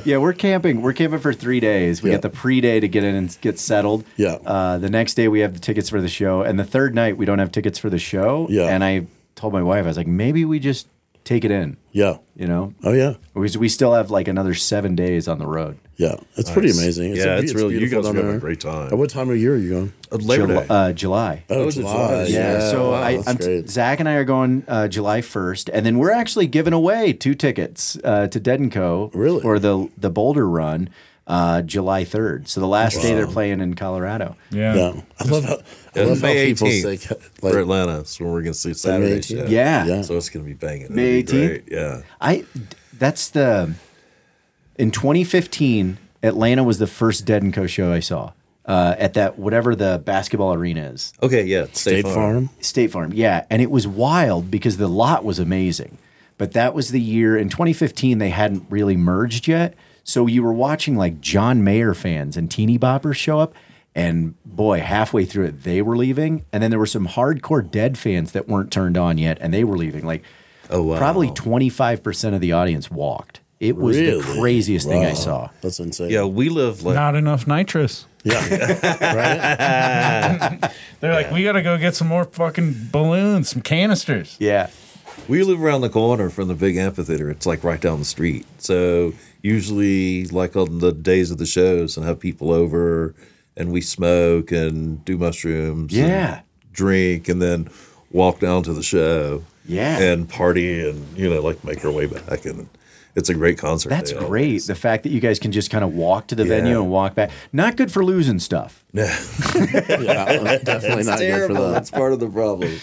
Yeah, we're camping. We're camping for three days. We
Yeah.
got the pre-day to get in and get settled.
Yeah.
Uh, the next day we have the tickets for the show, and the third night we don't have tickets for the show.
Yeah.
And I told my wife, I was like, maybe we just take it in.
Yeah.
You know,
Oh yeah.
because we still have like another seven days on the road.
Yeah, it's pretty amazing.
Yeah, it's really- you
beautiful
guys are
down
gonna have a
there.
great time.
At what time of year are you going?
uh, Labor
Jul-
Day.
uh, July.
Oh,
it's July.
Yeah, so
wow,
I,
that's
I'm,
great.
Zach and I are going uh, July 1st, and then we're actually giving away two tickets uh, to Dead and Co.
Really?
for the the Boulder Run, uh, July 3rd. So the last day they're playing in Colorado.
Yeah.
yeah, I love how, I love how
May
people
18th
say
for
like
Atlanta. That's when we're gonna see Saturday.
18th?
show.
Yeah.
Yeah.
so it's gonna be banging. It'll
May
be great.
18th?
Yeah,
I that's the in 2015 Atlanta was the first Dead and Co show I saw uh, at that whatever the basketball arena is.
okay, yeah, State,
State Farm.
State Farm, yeah, and it was wild because the lot was amazing, but that was the year in 2015 they hadn't really merged yet, so you were watching like John Mayer fans and Teeny Boppers show up, And boy, halfway through it, they were leaving. And then there were some hardcore dead fans that weren't turned on yet, and they were leaving. Like,
Oh, wow.
probably 25% of the audience walked. It was
Really?
the craziest thing I saw.
That's insane.
Yeah, we live like
Not enough nitrous.
Yeah. right?
They're like, we gotta go get some more fucking balloons, some canisters.
Yeah.
we live around the corner from the big amphitheater. It's like right down the street. So usually, like on the days of the shows, and have people over, and we smoke and do mushrooms. and
Yeah.
drink and then walk down to the show.
Yeah.
And party and you know like make our way back and it's a great concert.
That's
day
great. The fact that you guys can just kind of walk to the venue and walk back. Not good for losing stuff.
Yeah. Definitely not good for that.
That's part of the problem.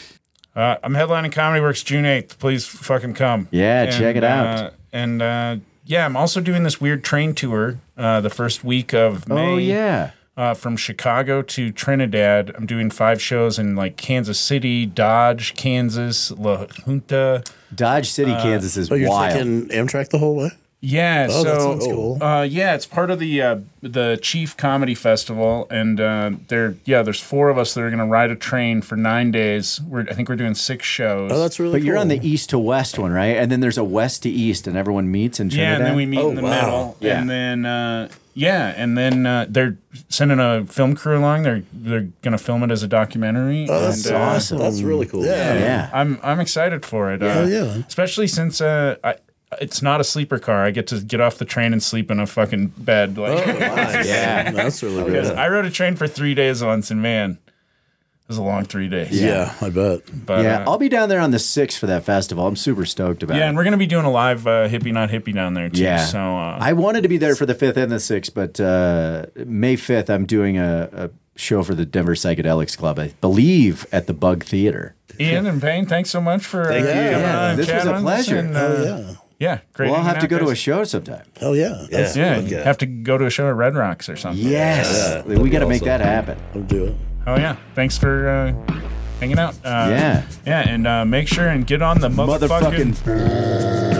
Uh, I'm headlining Comedy Works June 8th. Please fucking come.
Yeah, check it out.
uh, and uh, yeah, I'm also doing this weird train tour uh, the first week of May.
Oh, yeah.
Uh, from Chicago to Trinidad. I'm doing five shows in like Kansas City, Dodge, Kansas, La Junta.
Dodge City,
Uh,
Kansas is
Oh, you're
wild.
taking Amtrak the whole way?
Yeah,
Oh,
so
that sounds cool.
Uh, yeah, it's part of the uh, the Chief Comedy Festival, and uh, there, yeah, there's four of us that are gonna ride a train for nine days. We're I think we're doing six shows.
Oh, that's really
but you're on
cool.
the east to west one, right? And then there's a west to east, and everyone meets in
yeah,
Trinidad.
and then we meet
Oh,
in the
wow.
middle,
Yeah.
and then uh, yeah, and then uh, they're sending a film crew along. They're they're gonna film it as a documentary.
Oh, that's
and, uh,
awesome.
That's really cool.
Yeah.
yeah.
I'm I'm excited for it.
Oh,
uh,
yeah.
Especially since uh, I, it's not a sleeper car. I get to get off the train and sleep in a fucking bed. Like,
Oh,
Yeah. That's really good.
because I rode a train for three days once, and man, it was a long three days.
Yeah, I bet.
But,
yeah,
uh,
I'll be down there on the 6th for that festival. I'm super stoked about
yeah,
it.
and we're gonna be doing a live uh, hippie not hippie down there too.
Yeah.
So uh,
I wanted to be there for the 5th and the 6th, but uh, May 5th, I'm doing a, a show for the Denver Psychedelics Club, I believe, at the Bug Theater.
Ian and Payne, thanks so much for uh, coming
Yeah,
on and
this was
chatting
a
on
pleasure. Oh,
and,
Hell
uh,
yeah.
yeah, great.
We'll I'll
hanging
have to
out,
go to a
guys.
show sometime.
Hell yeah. That's-
Yeah,
Okay.
have to go to a show at Red Rocks or something.
Yes.
that'd
we
be
got to make
awesome.
that happen.
I'll do it.
Oh yeah, thanks for uh, hanging out. Uh,
Yeah.
yeah, and uh, make sure and get on the motherfucking
Motherfucking